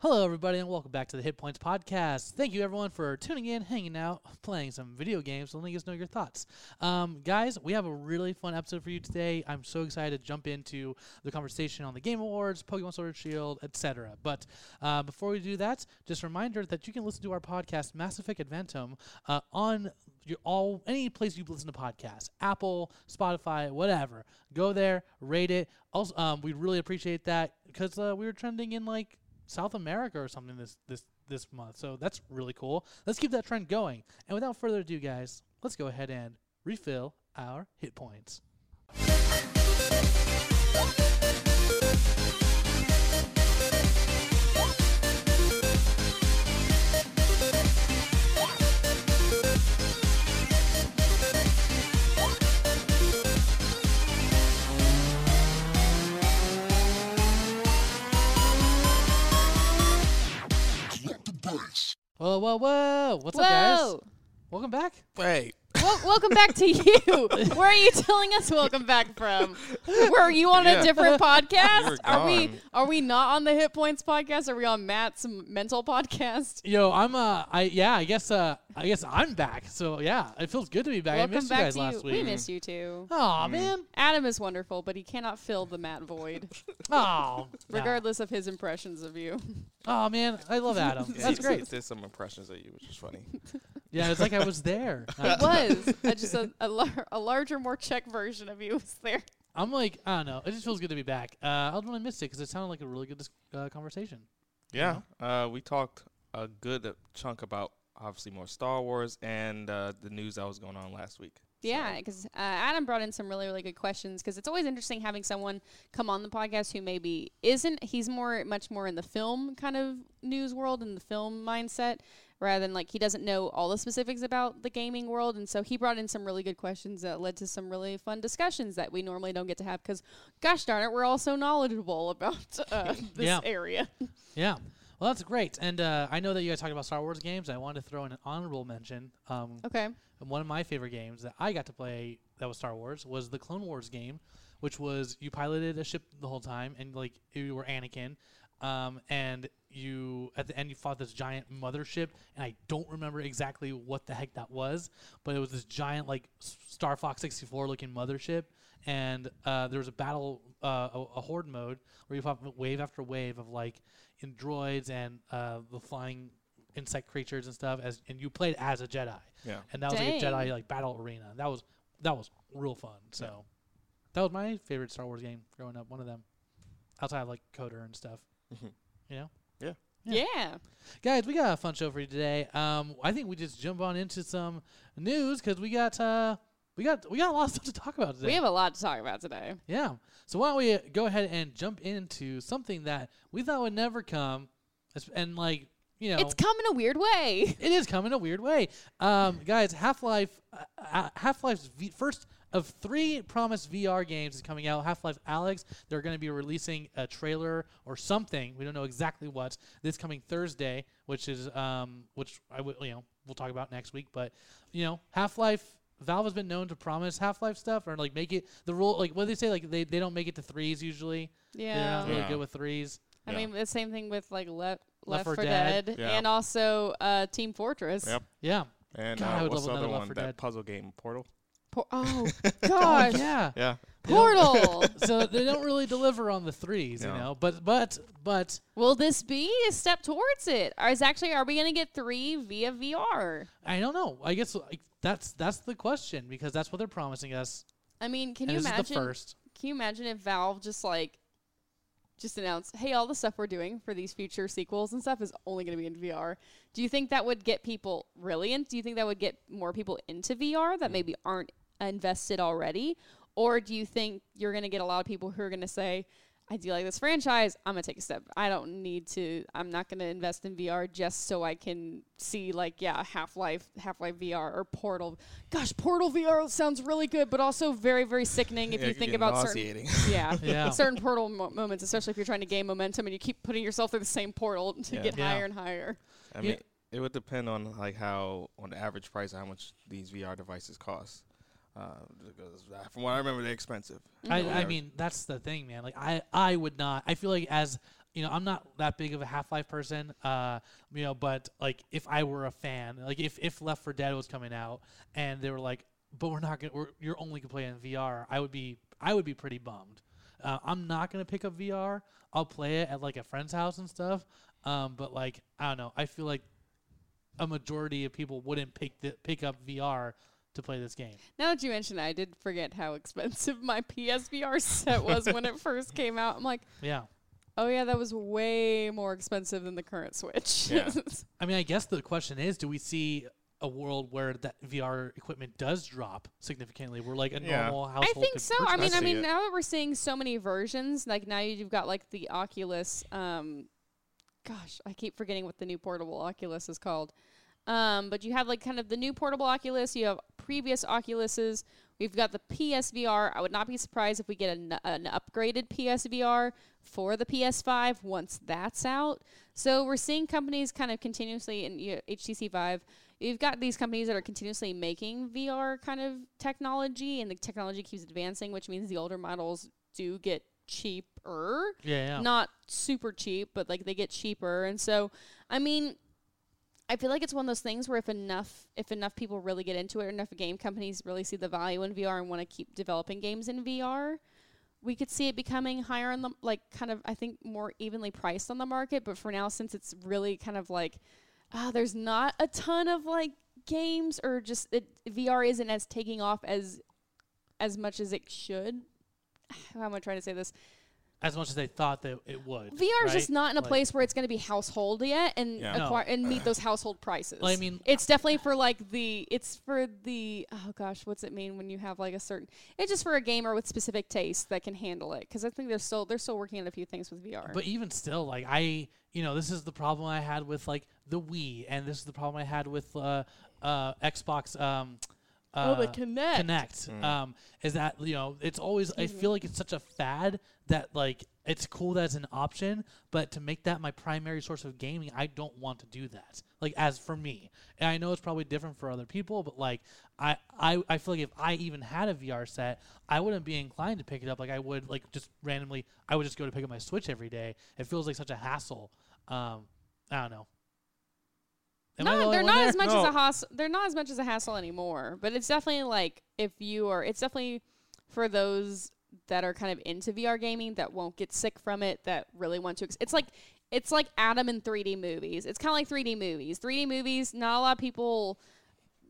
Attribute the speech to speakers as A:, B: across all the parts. A: Hello, everybody, and welcome back to the Hit Points Podcast. Thank you, everyone, for tuning in, hanging out, playing some video games, letting us know your thoughts. Um, guys, we have a really fun episode for you today. I'm so excited to jump into the conversation on the Game Awards, Pokemon Sword and Shield, etc. But uh, before we do that, just a reminder that you can listen to our podcast, Mass Effect Adventum, uh, on your all any place you listen to podcasts, Apple, Spotify, whatever. Go there, rate it. Also, um, we'd really appreciate that because uh, we were trending in like South America or something this this this month. So that's really cool. Let's keep that trend going. And without further ado, guys, let's go ahead and refill our hit points. Whoa, whoa, whoa! What's up, guys?
B: Whoa!
A: Welcome back.
C: Wait,
B: Wel- welcome back to you. Where are you telling us welcome back from? Were you on
C: Yeah.
B: a different
C: You were
B: podcast? Are we
C: gone.
B: are we not on the Hit Points podcast? Are we on Matt's m- mental podcast?
A: Yo, I'm uh, I yeah, I guess uh, I guess I'm back. So yeah, it feels good to be back. I
B: welcome
A: missed you
B: back
A: guys
B: to
A: last
B: you. We
A: week.
B: miss you too.
A: Aw man.
B: Adam is wonderful, but he cannot fill the Matt void,
A: Aw.
B: regardless of his impressions of you.
A: Oh man, I love Adam. That's great.
C: There's some impressions of you, which is funny.
A: Yeah, it's like I was there. Uh,
B: It was I just a, a, lar- a larger, more Czech version of you was there.
A: I'm like, I don't know. It just feels good to be back. Uh, I don't really miss it because it sounded like a really good dis- uh, conversation.
C: Yeah, uh, we talked a good chunk about obviously more Star Wars and uh, the news that was going on last week.
B: Yeah, because uh, Adam brought in some really, really good questions. Because it's always interesting having someone come on the podcast who maybe isn't. He's more, much more in the film kind of news world and the film mindset, rather than like he doesn't know all the specifics about the gaming world. And so he brought in some really good questions that led to some really fun discussions that we normally don't get to have. Because gosh darn it, we're all so knowledgeable about uh, this
A: Yeah.
B: area.
A: Yeah. Well, that's great. And uh, I know that you guys talked about Star Wars games. I wanted to throw in an honorable mention. Um,
B: Okay.
A: and one of my favorite games that I got to play that was Star Wars was the Clone Wars game, which was you piloted a ship the whole time and like you were Anakin, um, and you at the end you fought this giant mothership and I don't remember exactly what the heck that was, but it was this giant like S- Star Fox 64 looking mothership. And uh, there was a battle, uh, a, a horde mode where you fought wave after wave of like in droids and uh, the flying insect creatures and stuff. As and you played as a Jedi
C: Yeah.
A: and that was like a
B: Dang.
A: Jedi like battle arena. That was that was real fun. So that was my favorite Star Wars game growing up. One of them, outside of like Coder and stuff.
B: Mm-hmm.
C: Mhm.
A: You know, Yeah.
B: Yeah.
A: guys, we got a fun show for you today. Um, I think we just jump on into some news because we got uh we got we got a lot of stuff to talk about today.
B: We have a lot to talk about today.
A: yeah. So why don't we uh, go ahead and jump into something that we thought would never come, as- and like you know
B: It's come in a weird way.
A: It is coming a weird way, um, guys. Half Life, uh, uh, Half Life's v- first of three promised VR games is coming out. Half Life Alex. They're going to be releasing a trailer or something. We don't know exactly what this coming Thursday, which is um, which I would you know we'll talk about next week. But you know, Half Life. Valve has been known to promise Half Life stuff or like make it the rule like what do they say like they, they don't make it to threes usually they're
B: Yeah.
A: not really
C: Yeah.
A: good with threes
B: I
C: Yeah.
B: mean, the same thing with like Left
A: Left
B: Left,
A: 4
B: for
A: Dead.
B: Dead,
C: Yeah.
B: and also uh, Team Fortress.
C: Yep.
A: yeah
C: And
A: God, I
C: uh,
A: would
C: what's
A: love
C: the
A: another
C: other
A: Left
C: one?
A: 4
C: That
A: Dead.
C: puzzle game, Portal.
B: Por- oh
A: oh
B: gosh,
A: yeah
C: Yeah.
A: They don't-
B: Portal.
A: so they don't really deliver on the threes, you
C: No.
A: know. But but but
B: Will this be a step towards it? Or is actually are we going to get three via VR?
A: I don't know. I guess like, that's that's the question because that's what they're promising us.
B: I mean, can
A: and
B: you
A: this
B: imagine?
A: is the first.
B: Can you imagine if Valve just like just announced, "Hey, all the stuff we're doing for these future sequels and stuff is only going to be in VR." Do you think that would get people really in? Do you think that would get more people into VR that maybe aren't invested already? Or do you think you're going to get a lot of people who are going to say, "I do like this franchise. I'm going to take a step. I don't need to I'm not going to invest in VR just so I can see like yeah, Half-Life, Half-Life VR or Portal. Gosh, Portal VR sounds really good, but also very very sickening if
C: Yeah,
B: you
C: could
B: think
C: get
B: about certain
C: nauseating.
B: yeah.
A: Yeah.
B: Certain portal mo- moments, especially if you're trying to gain momentum and you keep putting yourself through the same portal to
C: Yeah.
B: get
A: Yeah.
B: higher and higher.
C: I
A: Yeah.
C: mean, it would depend on like how on the average price how much these VR devices cost. Uh, because uh,
A: Mm-hmm.
C: from what I remember, they're expensive.
A: I,
C: Mhm.
A: I mean that's the thing, man. Like I I would not. I feel like as you know, I'm not that big of a Half Life person, uh, you know, but like if I were a fan, like if, if Left for Dead was coming out and they were like, but we're not gonna, we're, you're only gonna play in VR, I would be, I would be pretty bummed. Uh, I'm not gonna pick up VR. I'll play it at like a friend's house and stuff. Um, but like, I don't know. I feel like a majority of people wouldn't pick the, pick up VR to play this game.
B: Now that you mention it, I did forget how expensive my PSVR set was when it first came out. I'm like,
A: Yeah.
B: oh yeah, that was way more expensive than the current Switch.
C: Yeah.
A: I mean, I guess the question is, do we see a world where that VR equipment does drop significantly? Where like a
C: Yeah.
A: normal
B: I
A: household.
B: think
A: could
B: so.
A: purchase
B: I
C: I
B: mean, I
C: see
B: mean,
C: it.
B: now that we're seeing so many versions, like now you've got like the Oculus. Um, gosh, I keep forgetting what the new portable Oculus is called. Um, but you have like kind of the new portable Oculus. You have previous Oculuses. We've got the PSVR. I would not be surprised if we get an, an upgraded PSVR for the PS5 once that's out. So we're seeing companies kind of continuously in you know, HTC Vive. You've got these companies that are continuously making VR kind of technology, and the technology keeps advancing, which means the older models do get cheaper
A: Yeah, yeah.
B: not super cheap, but like they get cheaper. And so, I mean, I feel like it's one of those things where if enough if enough people really get into it, or enough game companies really see the value in VR and want to keep developing games in VR, we could see it becoming higher on the like kind of I think more evenly priced on the market. But for now, since it's really kind of like ah, there's not a ton of like games or just it, VR isn't as taking off as as much as it should. How am I trying to say this?
A: as much as they thought that it would.
B: VR is just
A: right?
B: not in a
A: Like-
B: place where it's going to be household yet and
C: Yeah.
A: No.
B: acquire and meet those household prices.
A: Well, I mean-
B: it's definitely for like the it's for the oh gosh, what's it mean when you have like a certain? It's just for a gamer with specific tastes that can handle it because I think they're still they're still working on a few things with VR.
A: But even still, like I, you know, this is the problem I had with like the Wii, and this is the problem I had with uh, uh, Xbox. Um, uh,
B: the Kinect.
A: Connect. Um, is that you know? It's always.
B: Mm-hmm.
A: I feel like it's such a fad that like it's cool that it's an option, but to make that my primary source of gaming, I don't want to do that. Like as for me, and I know it's probably different for other people, but like I, I, I feel like if I even had a VR set, I wouldn't be inclined to pick it up. Like I would like just randomly, I would just go to pick up my Switch every day. It feels like such a hassle. Um, I don't know. Am I the
B: no,
A: only
B: they're
A: one
B: not
A: there?
B: as much as
C: No.
B: a hassle. They're not as much as a hassle anymore. But it's definitely like if you are, it's definitely for those that are kind of into VR gaming that won't get sick from it. That really want to. Ex- it's like it's like Adam in 3D movies. It's kind of like 3D movies. 3D movies. Not a lot of people.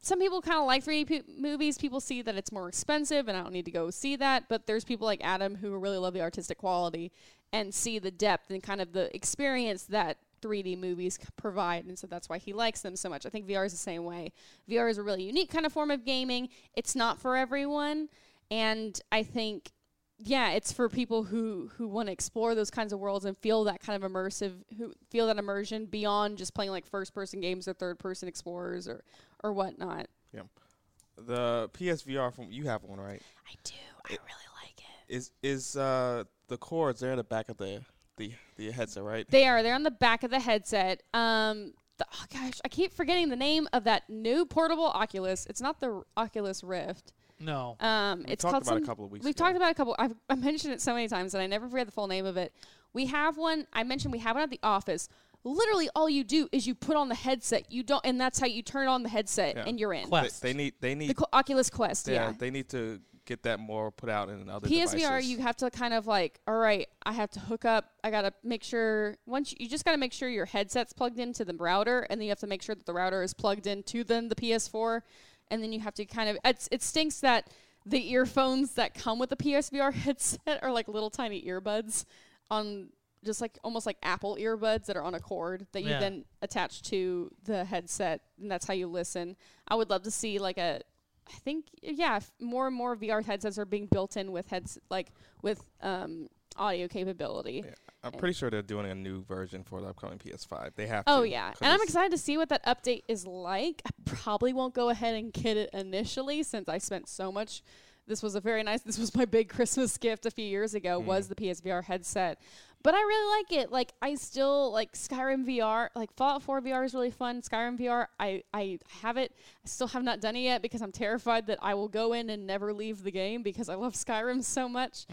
B: Some people kind of like 3D p- movies. People see that it's more expensive, and I don't need to go see that. But there's people like Adam who really love the artistic quality and see the depth and kind of the experience that 3D movies c- provide, and so that's why he likes them so much. I think VR is the same way. VR is a really unique kind of form of gaming. It's not for everyone, and I think yeah, it's for people who who want to explore those kinds of worlds and feel that kind of immersive, who feel that immersion beyond just playing like first person games or third person explorers or or whatnot.
C: The PSVR from you have one right?
B: I do. I really like it.
C: Is is uh the cords? They're in the back of the the the headset, right?
B: They are. They're on the back of the headset. Um, the, oh gosh, I keep forgetting the name of that new portable Oculus. It's not the R- Oculus Rift.
A: No.
B: Um,
C: we
B: it's
C: talked
B: called
C: about it
B: some-
C: a couple of weeks.
B: We've
C: ago.
B: talked about it a couple. I've I mentioned it so many times, and I never forget the full name of it. We have one. I mentioned we have one at the office. Literally, all you do is you put on the headset. You don't, and that's how you turn on the headset,
C: Yeah.
B: and you're in.
C: They-
A: Quest.
C: They, need they need
B: The co- Oculus Quest.
C: yeah,
B: yeah.
C: they need to get that more put out in other
B: PSVR,
C: devices.
B: you have to kind of like, all right, I have to hook up. I gotta make sure once you, you just gotta make sure your headset's plugged into the router, and then you have to make sure that the router is plugged into then the PS4, and then you have to kind of it's, it stinks that the earphones that come with the PSVR headset are like little tiny earbuds on just like almost like Apple earbuds that are on a cord that you
A: Yeah.
B: then attach to the headset, and that's how you listen. I would love to see like a I think yeah, if more and more VR headsets are being built in with heads like with um audio capability.
C: Yeah, I'm pretty sure they're doing a new version for the upcoming PS5. They have.
B: Oh
C: to,
B: yeah,
C: 'cause
B: and I'm
C: it's-
B: excited to see what that update is like. I probably won't go ahead and get it initially since I spent so much.
C: Mm-hmm.
B: This was a very nice. This was my big Christmas gift a few years ago. Was the PSVR headset, But I really like it. Like I still like Skyrim VR. Like Fallout 4 VR is really fun. Skyrim VR, I I have it. I still have not done it yet because I'm terrified that I will go in and never leave the game because I love Skyrim so much.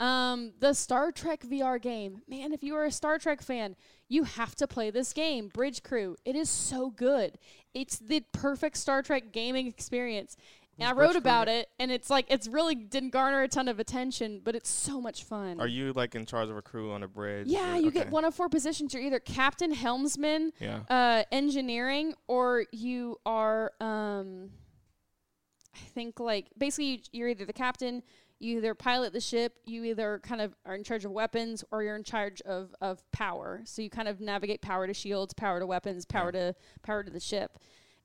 B: Um, the Star Trek VR game. Man, if you are a Star Trek fan, you have to play this game, Bridge Crew. It is so good. It's the perfect Star Trek gaming experience. And I
A: Bridge
B: wrote
A: Crew
B: about it, and it's like it's really didn't garner a ton of attention, but it's so much fun.
C: Are you like in charge of a crew on a bridge?
B: Yeah,
C: or-
B: you get
C: okay.
B: one of four positions. You're either captain, helmsman,
C: Yeah.
B: uh, engineering, or you are, um, I think, like basically you- you're either the captain, you either pilot the ship, you either kind of are in charge of weapons, or you're in charge of, of power. So you kind of navigate power to shields, power to weapons, power to power to the ship.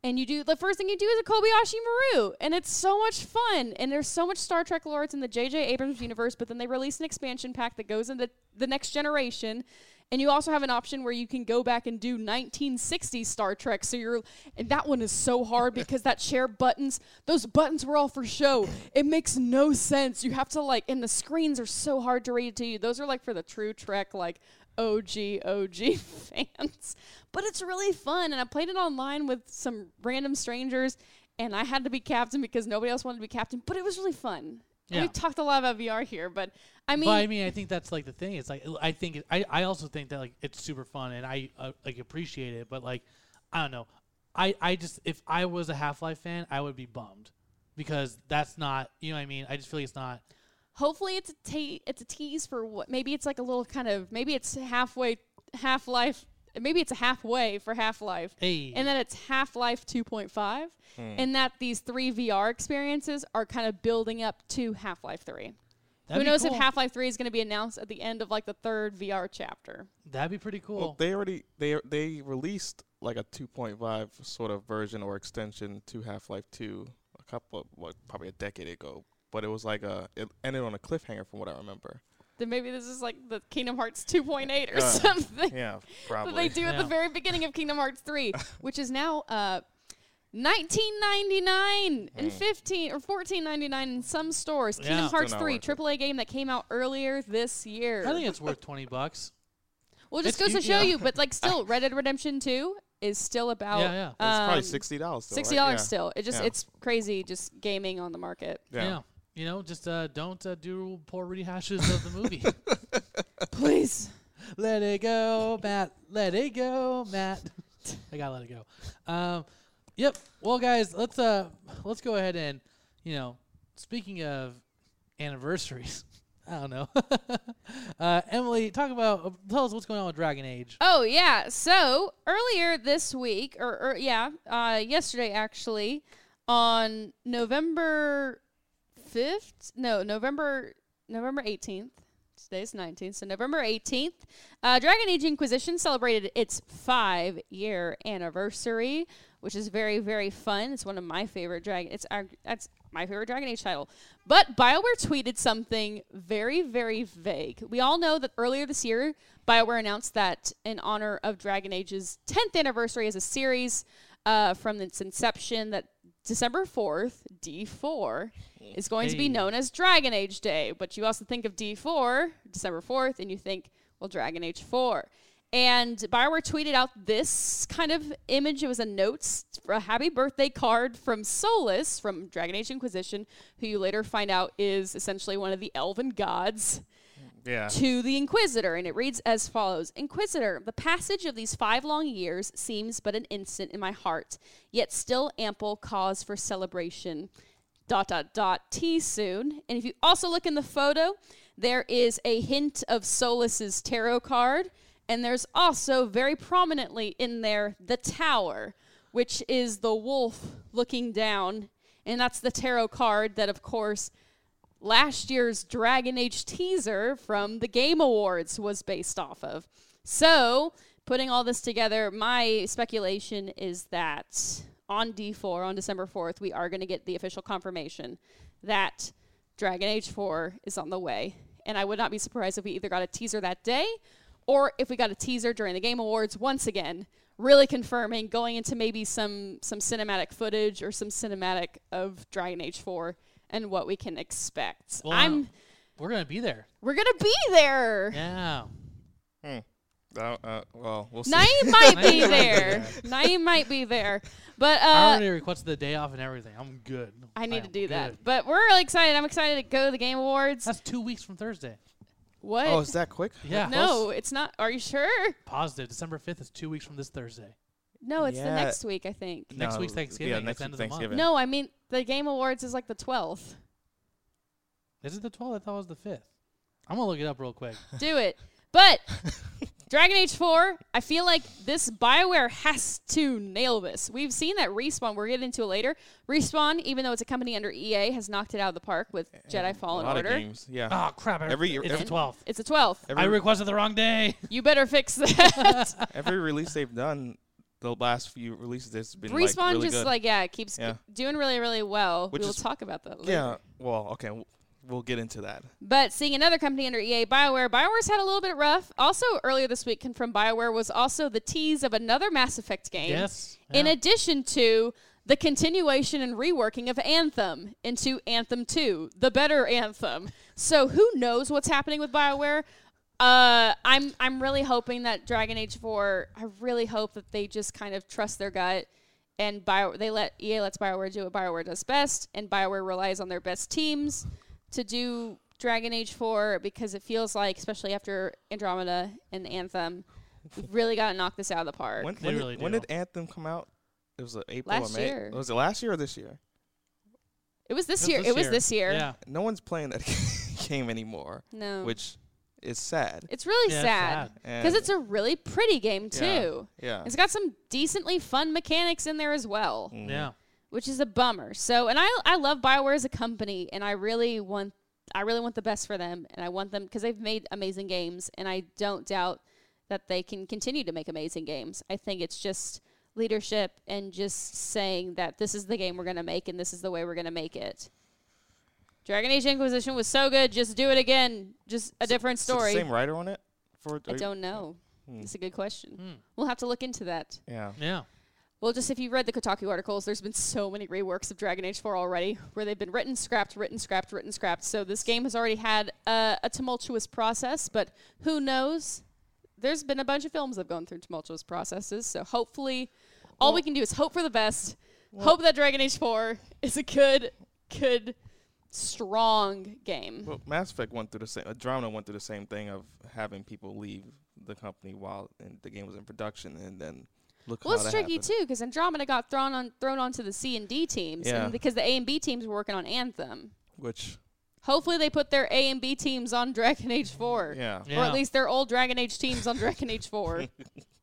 B: And you do the first thing you do is a Kobayashi Maru, and it's so much fun. And there's so much Star Trek lore. It's in the J.J. Abrams universe, but then they release an expansion pack that goes into the next generation. And you also have an option where you can go back and do 1960s Star Trek. So you're, and that one is so hard because that share buttons, those buttons were all for show. It makes no sense. You have to like, and the screens are so hard to read to you. Those are like for the true Trek, like OG OG fans. But it's really fun and I played it online with some random strangers and I had to be captain because nobody else wanted to be captain, but it was really fun. And
A: Yeah.
B: We've talked a lot about VR here, but I mean
A: but I mean, I think that's like the thing. It's like I think it, I I also think that like it's super fun and I uh, like appreciate it. But like I don't know, I I just if I was a Half Life fan, I would be bummed because that's not you know what I mean. I just feel like it's not.
B: hopefully it's a te- it's a tease for what maybe it's like a little kind of maybe it's halfway half life maybe it's a halfway for half life
A: Hey,
B: and then it's half life 2.5 and that these three vr experiences are kind of building up to half life 3
A: that'd be
B: who knows
A: cool.
B: if half life 3 is going to be announced at the end of like the third vr chapter
A: That'd be pretty cool.
C: Well, they already they they released like a 2.5 sort of version or extension to Half-Life 2 a couple of what probably a decade ago, but it was like a it ended on a cliffhanger from what I remember.
B: then maybe this is like the kingdom hearts 2.8 or
C: Uh,
B: something
C: Yeah,
B: that
C: probably.
B: they do at the
A: Yeah.
B: very beginning of Kingdom Hearts 3, which is now uh, 19.99 and 15 or 14.99 in some stores. Kingdom
A: Yeah.
B: Hearts
C: Hmm. Still not
B: 3,
C: worth it.
B: AAA game that came out earlier this year.
A: I think it's worth twenty bucks.
B: well, just
A: it's-
B: goes to
A: you-
B: show
A: yeah.
B: you, but like still, Red Dead Redemption 2 is still about
A: Yeah, yeah. It's
C: it's probably
B: um,
C: sixty dollars.
B: $60
C: right? Yeah.
B: still. It just
C: Yeah.
B: it's crazy just gaming on the market.
A: Yeah.
C: Yeah.
A: You know, just uh, don't uh, do poor rehashes of the movie.
B: Please.
A: let it go, Matt. Let it go, Matt. I gotta let it go. Um, yep. Well, guys, let's uh, let's go ahead and you know, speaking of anniversaries, I don't know. uh, Emily, talk about uh, tell us what's going on with Dragon Age.
B: Oh yeah. So earlier this week, or, or yeah, uh, yesterday actually, on November fifth. No, November November eighteenth. Today's nineteenth. So November eighteenth, uh, Dragon Age Inquisition celebrated its five year anniversary, which is very very fun. It's one of my favorite Dragon. It's our, that's my favorite Dragon Age title. But BioWare tweeted something very, very vague. We all know that earlier this year, BioWare announced that in honor of Dragon Age's 10th anniversary as a series uh, from its inception, that December 4th, D4, is going to be
A: Hey.
B: known as Dragon Age Day. But you also think of D4, December 4th, and you think, well, Dragon Age 4. And Bioware tweeted out this kind of image. It was a notes, a happy birthday card from Solus from Dragon Age Inquisition, who you later find out is essentially one of the elven gods
C: Yeah.
B: to the Inquisitor, and it reads as follows Inquisitor, the passage of these five long years seems but an instant in my heart, yet still ample cause for celebration. Dot dot dot T soon. And if you also look in the photo, there is a hint of Solus's tarot card, and there's also very prominently in there the tower, which is the wolf looking down. And that's the tarot card that, of course, last year's Dragon Age teaser from the Game Awards was based off of. So, putting all this together, my speculation is that on D4, on December 4th, we are going to get the official confirmation that Dragon Age 4 is on the way. And I would not be surprised if we either got a teaser that day or if we got a teaser during the Game Awards once again, really confirming going into maybe some some cinematic footage or some cinematic of Dragon Age 4 and what we can expect.
A: Well,
B: I'm
A: We're gonna be there.
B: we're gonna be there.
A: Yeah.
C: Uh, uh, well, we'll see.
B: Naeem
A: Naeem might
B: might be
A: be
B: there. Naeem might be there. But
A: I
B: uh,
A: already requested the day off and everything. I'm good.
B: I need
A: am
B: to do that.
A: good.
B: But we're really excited. I'm excited to go to the Game Awards.
A: That's two weeks from Thursday.
B: what?
C: Oh, is that quick?
A: Yeah.
B: no, it's not. Are you sure?
A: Positive. December 5th is two weeks from this Thursday.
B: No, it's the
C: Yeah.
B: next week, I think.
A: Next week's
C: No,
A: Thanksgiving,
C: Yeah,
A: it's
C: next
A: the end
C: week's
A: of the month.
C: Thanksgiving.
B: No, I mean the Game Awards is like the 12th.
A: Is it the 12th? I thought it was the 5th. I'm going to look it up real quick.
B: Do it. But Dragon Age 4, I feel like this Bioware has to nail this. We've seen that Respawn, we're getting into it later. Respawn, even though it's a company under EA, has knocked it out of the park with Jedi
C: A
B: Fallen
C: lot of
B: Order.
C: games. Yeah.
A: oh, crap. I-
C: Every year-
A: it's
C: every-
A: the 12th.
B: It's a 12th.
C: Every,
A: I requested the wrong day.
B: You better fix that.
C: every release they've done, the last few releases, it's been
B: Respawn
C: like, really
B: just
C: good.
B: like yeah keeps
C: Yeah.
B: doing really really well.
C: Which
B: we'll
C: is-
B: talk about that later.
C: yeah. Well, okay, we'll, we'll get into that.
B: But seeing another company under EA, BioWare, BioWare's had a little bit rough. Also earlier this week confirmed BioWare was also the tease of another Mass Effect game.
A: Yes.
B: In
A: yeah.
B: addition to the continuation and reworking of Anthem into Anthem 2, the better Anthem. So who knows what's happening with BioWare? Uh, I'm I'm really hoping that Dragon Age 4. I really hope that they just kind of trust their gut and Bio they let EA lets BioWare do what BioWare does best, and BioWare relies on their best teams to do Dragon Age 4 because it feels like, especially after Andromeda and Anthem, we've really got to knock this out of the park.
C: When,
A: They
C: when,
A: really
C: did, when
A: do.
C: did Anthem come out? It was uh, April
B: Last
C: or May.
B: year.
C: Was it last year or this year?
B: It was this
A: It was
B: year. it was this year.
A: Yeah.
C: No one's playing that game anymore,
B: No.
C: which is sad.
B: it's really
A: Yeah, it's
B: sad because
C: And-
B: it's a really pretty game too.
C: Yeah. yeah.
B: It's got some decently fun mechanics in there as well,
C: Mhm.
A: Yeah.
B: which is a bummer. So, and I I love Bioware as a company, and I really want I really want the best for them, and I want them because they've made amazing games, and I don't doubt that they can continue to make amazing games. I think it's just leadership and just saying that this is the game we're going to make and this is the way we're going to make it. Dragon Age Inquisition was so good, just do it again. Just a different
C: Is it the
B: story.
C: same writer on it? For
B: I
C: are you-
B: don't know.
C: Hmm.
B: It's a good question.
A: Hmm.
B: We'll have to look into that.
C: Yeah.
A: Yeah.
B: Well, just if you read the Kotaku articles, there's been so many reworks of Dragon Age 4 already, where they've been written, scrapped, written, scrapped, written, scrapped. So this game has already had uh, a tumultuous process, but who knows? There's been a bunch of films that have gone through tumultuous processes. So hopefully, all we can do is hope for the best. hope that Dragon Age 4 is a good, good, strong game.
C: Well, Mass Effect went through the same. Andromeda went through the same thing of having people leave the company while in, the game was in production, and then look
B: Well, E
C: how
B: it's
C: that
B: tricky
C: happened.
B: too because Andromeda got thrown on thrown onto the C and D teams,
C: Yeah.
B: and because the A and B teams were working on Anthem.
C: Which
B: Hopefully, they put their A and B teams on Dragon Age Four,
C: yeah,
A: Yeah.
B: or at least their old Dragon Age teams on Dragon Age Four.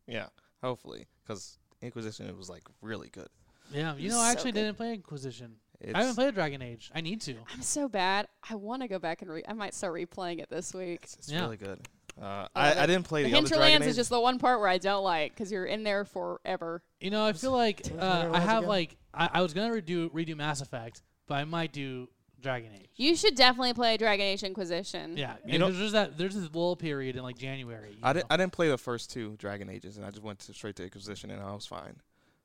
C: yeah, hopefully, because Inquisition it was like really good.
A: Yeah. You
B: It's
A: know, I
B: so
A: actually
B: good.
A: didn't play Inquisition.
C: It's,
A: I haven't played Dragon Age. I need to.
B: I'm so bad. I want to go back and re. I might start replaying it this week.
C: It's, it's
A: Yeah.
C: really good. Uh, I, I didn't play
B: The
C: the, other Dragon
B: hinterlands
C: Age.
B: is just the one part where I don't like because you're in there forever.
A: You know, I feel like
C: what
A: uh,
C: it
A: I
C: was
A: have
C: again?
A: like I, I was gonna redo redo Mass Effect, but I might do Dragon Age.
B: You should definitely play Dragon Age Inquisition.
A: Yeah,
C: You
A: and
C: know-
A: there's just that there's this lull period in like January. you
C: I didn't.
A: know?
C: I didn't play the first two Dragon Ages, and I just went to straight to Inquisition, and I was fine.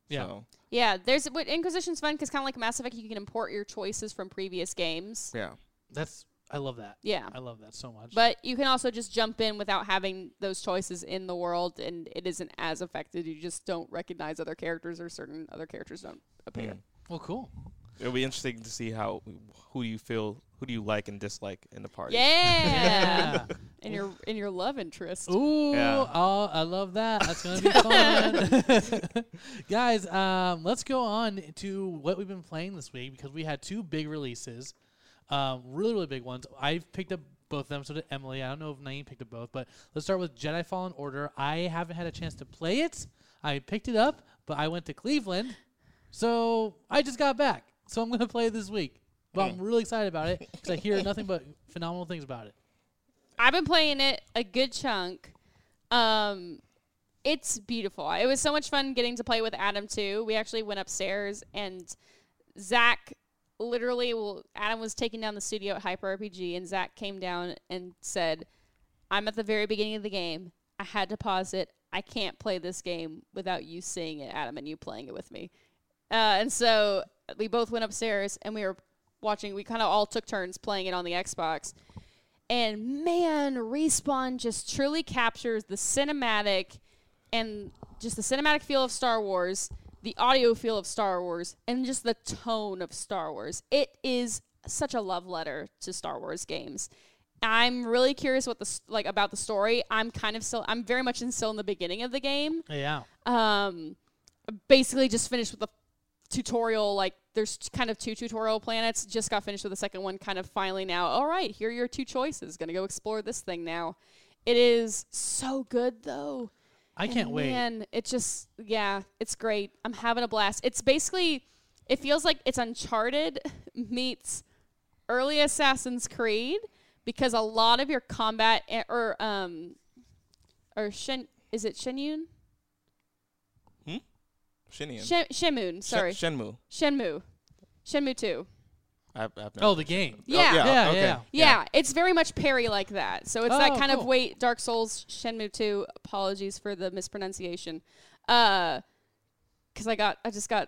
A: Yeah.
C: So,
B: yeah. There's but Inquisition's fun because kind of like Mass Effect, you can import your choices from previous games.
C: yeah.
A: That's I love that.
B: Yeah.
A: I love that so much.
B: But you can also just jump in without having those choices in the world, and it isn't as affected. You just don't recognize other characters, or certain other characters don't appear.
C: Mm.
A: well, cool.
C: It'll be interesting to see how who you feel, who do you like and dislike in the party.
B: Yeah, and your and your love interest.
A: Ooh,
C: Yeah.
A: oh, I love that. That's gonna be fun, guys. Um, let's go on to what we've been playing this week because we had two big releases, um, really really big ones. I've picked up both of them. So did Emily. I don't know if Naeem picked up both, but let's start with Jedi Fallen Order. I haven't had a chance to play it. I picked it up, but I went to Cleveland, so I just got back. So I'm gonna play it this week. But I'm really excited about it because I hear nothing but phenomenal things about it.
B: I've been playing it a good chunk. Um, it's beautiful. It was so much fun getting to play with Adam too. We actually went upstairs and Zach literally, well, Adam was taking down the studio at Hyper RPG, and Zach came down and said, "I'm at the very beginning of the game. I had to pause it. I can't play this game without you seeing it, Adam, and you playing it with me." Uh, and so we both went upstairs and we were watching. We kind of all took turns playing it on the Xbox And man, Respawn just truly captures the cinematic and just the cinematic feel of Star Wars, the audio feel of Star Wars, and just the tone of Star Wars. It is such a love letter to Star Wars games. I'm really curious what the s- like about the story. I'm kind of still I'm very much in still in the beginning of the game
A: Yeah.
B: um, basically just finished with the tutorial. Like, there's t- kind of two tutorial planets. Just got finished with the second one, kind of finally now. All right, here are your two choices. Gonna go explore this thing now. It is so good though.
A: I can't wait.
B: Man, it just yeah, it's great. I'm having a blast. It's basically, it feels like it's Uncharted meets early Assassin's Creed because a lot of your combat a- or um or Shen is it Shenyun?
C: Shinian.
B: Shen, Shenmue, sorry.
C: Shen- Oh, Shenmue.
B: Shenmue. Shenmue 2.
C: I've, I've never
A: Oh, the game.
C: Oh,
B: Yeah.
A: Yeah,
C: okay.
A: yeah.
B: Yeah, it's very much parry like that. So it's
A: Oh,
B: that kind of
A: cool.
B: wait, Dark Souls, Shenmue 2. Apologies for the mispronunciation. Uh, cuz I got I just got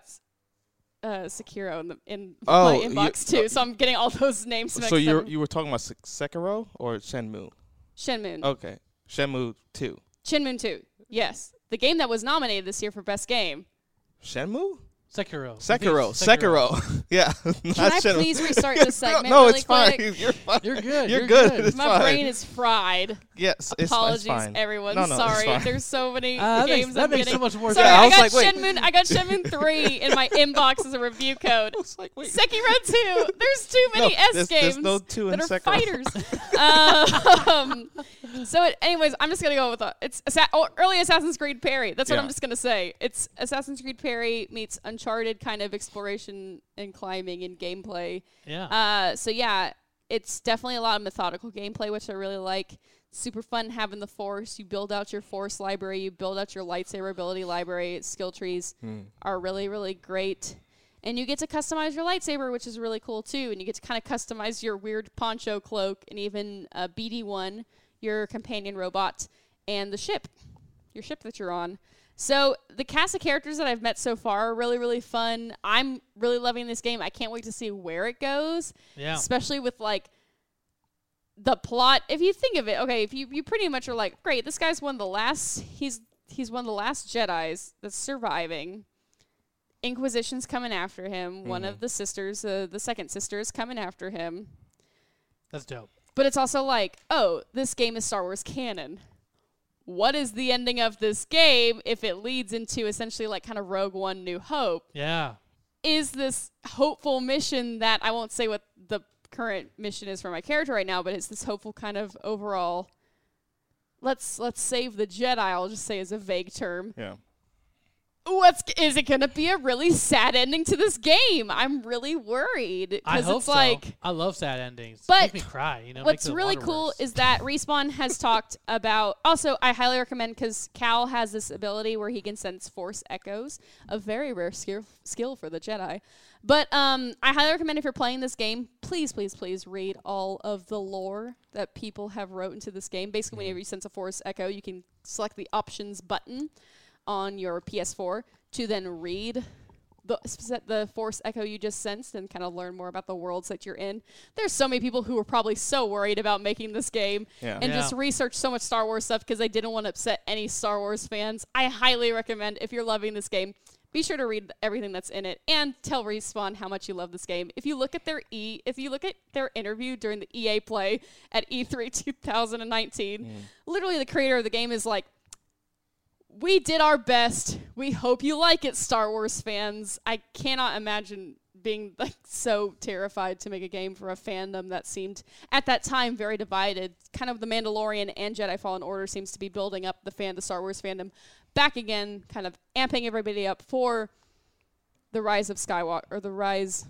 B: uh Sekiro in the in my
C: Oh, you-
B: inbox too. So I'm getting all those names mixed
C: So you
B: up.
C: you were talking about Sek- Sekiro or Shenmue?
B: Shenmue.
C: Okay, Shenmue two.
B: Shenmue 2. Yes. The game that was nominated this year for best game.
C: Shenmue?
A: Sekiro. I think
C: Sekiro.
A: it's
C: Sekiro. yeah.
B: Can I please restart this segment
C: no,
B: really
C: it's fine.
B: quick?
C: You're fine.
A: You're good.
C: You're
A: You're
C: good.
A: good.
C: It's
B: My
C: fine.
B: brain is fried.
C: yes. It's fine. It's
B: Apologies,
C: fine.
B: everyone.
C: No, no, it's
B: Sorry,
C: fine.
B: there's so many
A: Uh, that
B: games.
A: makes, that
B: I'm
A: makes
B: getting.
A: so much more
B: Sorry,
C: Yeah,
A: sense.
B: I,
C: I was
B: got
C: like, wait.
B: Shenmue. I got Shenmue three in my inbox as a review code.
C: I was like, wait.
B: Sekiro two. There's too many
C: No,
B: S
C: there's- there's
B: games
C: no two in
B: that are
C: Sekiro.
B: fighters. um, so, it, anyways, I'm just gonna go with a, it's Assa- oh, early Assassin's Creed Perry. That's what
C: Yeah.
B: I'm just gonna say. It's Assassin's Creed Perry meets Uncharted kind of exploration and climbing and gameplay.
A: Yeah.
B: Uh, so yeah, it's definitely a lot of methodical gameplay, which I really like. Super fun having the force. You build out your force library. You build out your lightsaber ability library. Skill trees are really really great, and you get to customize your lightsaber, which is really cool too. And you get to kind of customize your weird poncho cloak and even uh, BD one, your companion robot, and the ship, your ship that you're on. So the cast of characters that I've met so far are really, really fun. I'm really loving this game. I can't wait to see where it goes,
A: yeah.
B: especially with like the plot. If you think of it, okay, if you you pretty much are like, great, this guy's one of the last. He's he's one of the last Jedi's that's surviving. Inquisition's coming after him. One of the sisters, uh, the second sister, is coming after him.
A: That's dope.
B: But it's also like, oh, this game is Star Wars canon. What is the ending of this game if it leads into essentially like kind of Rogue One New Hope?
A: Yeah.
B: Is this hopeful mission that I won't say what the current mission is for my character right now, but it's this hopeful kind of overall let's let's save the Jedi, I'll just say is a vague term.
C: Yeah.
B: What's is it gonna be a really sad ending to this game? I'm really worried.
A: I
B: 'cause
A: hope
B: it's
A: so.
B: like
A: I love sad endings.
B: But
A: Make me cry. You know.
B: What's really cool is that Respawn has talked about. Also, I highly recommend because Cal has this ability where he can sense Force echoes, a very rare skill, skill for the Jedi. But um, I highly recommend if you're playing this game, please, please, please read all of the lore that people have wrote into this game. Basically, whenever you sense a Force echo, you can select the options button on your PS4 to then read the, spec- the force echo you just sensed and kind of learn more about the worlds that you're in. There's so many people who were probably so worried about making this game
C: Yeah.
B: and just
A: Yeah.
B: researched so much Star Wars stuff because they didn't want to upset any Star Wars fans. I highly recommend if you're loving this game, be sure to read everything that's in it and tell Respawn how much you love this game. If you look at their e, if you look at their interview during the EA play at E E3 2019, literally the creator of the game is like we did our best. We hope you like it, Star Wars fans. I cannot imagine being like so terrified to make a game for a fandom that seemed at that time very divided. Kind of the Mandalorian and Jedi Fallen Order seems to be building up the fan the Star Wars fandom back again, kind of amping everybody up for the rise of Skywalker or the rise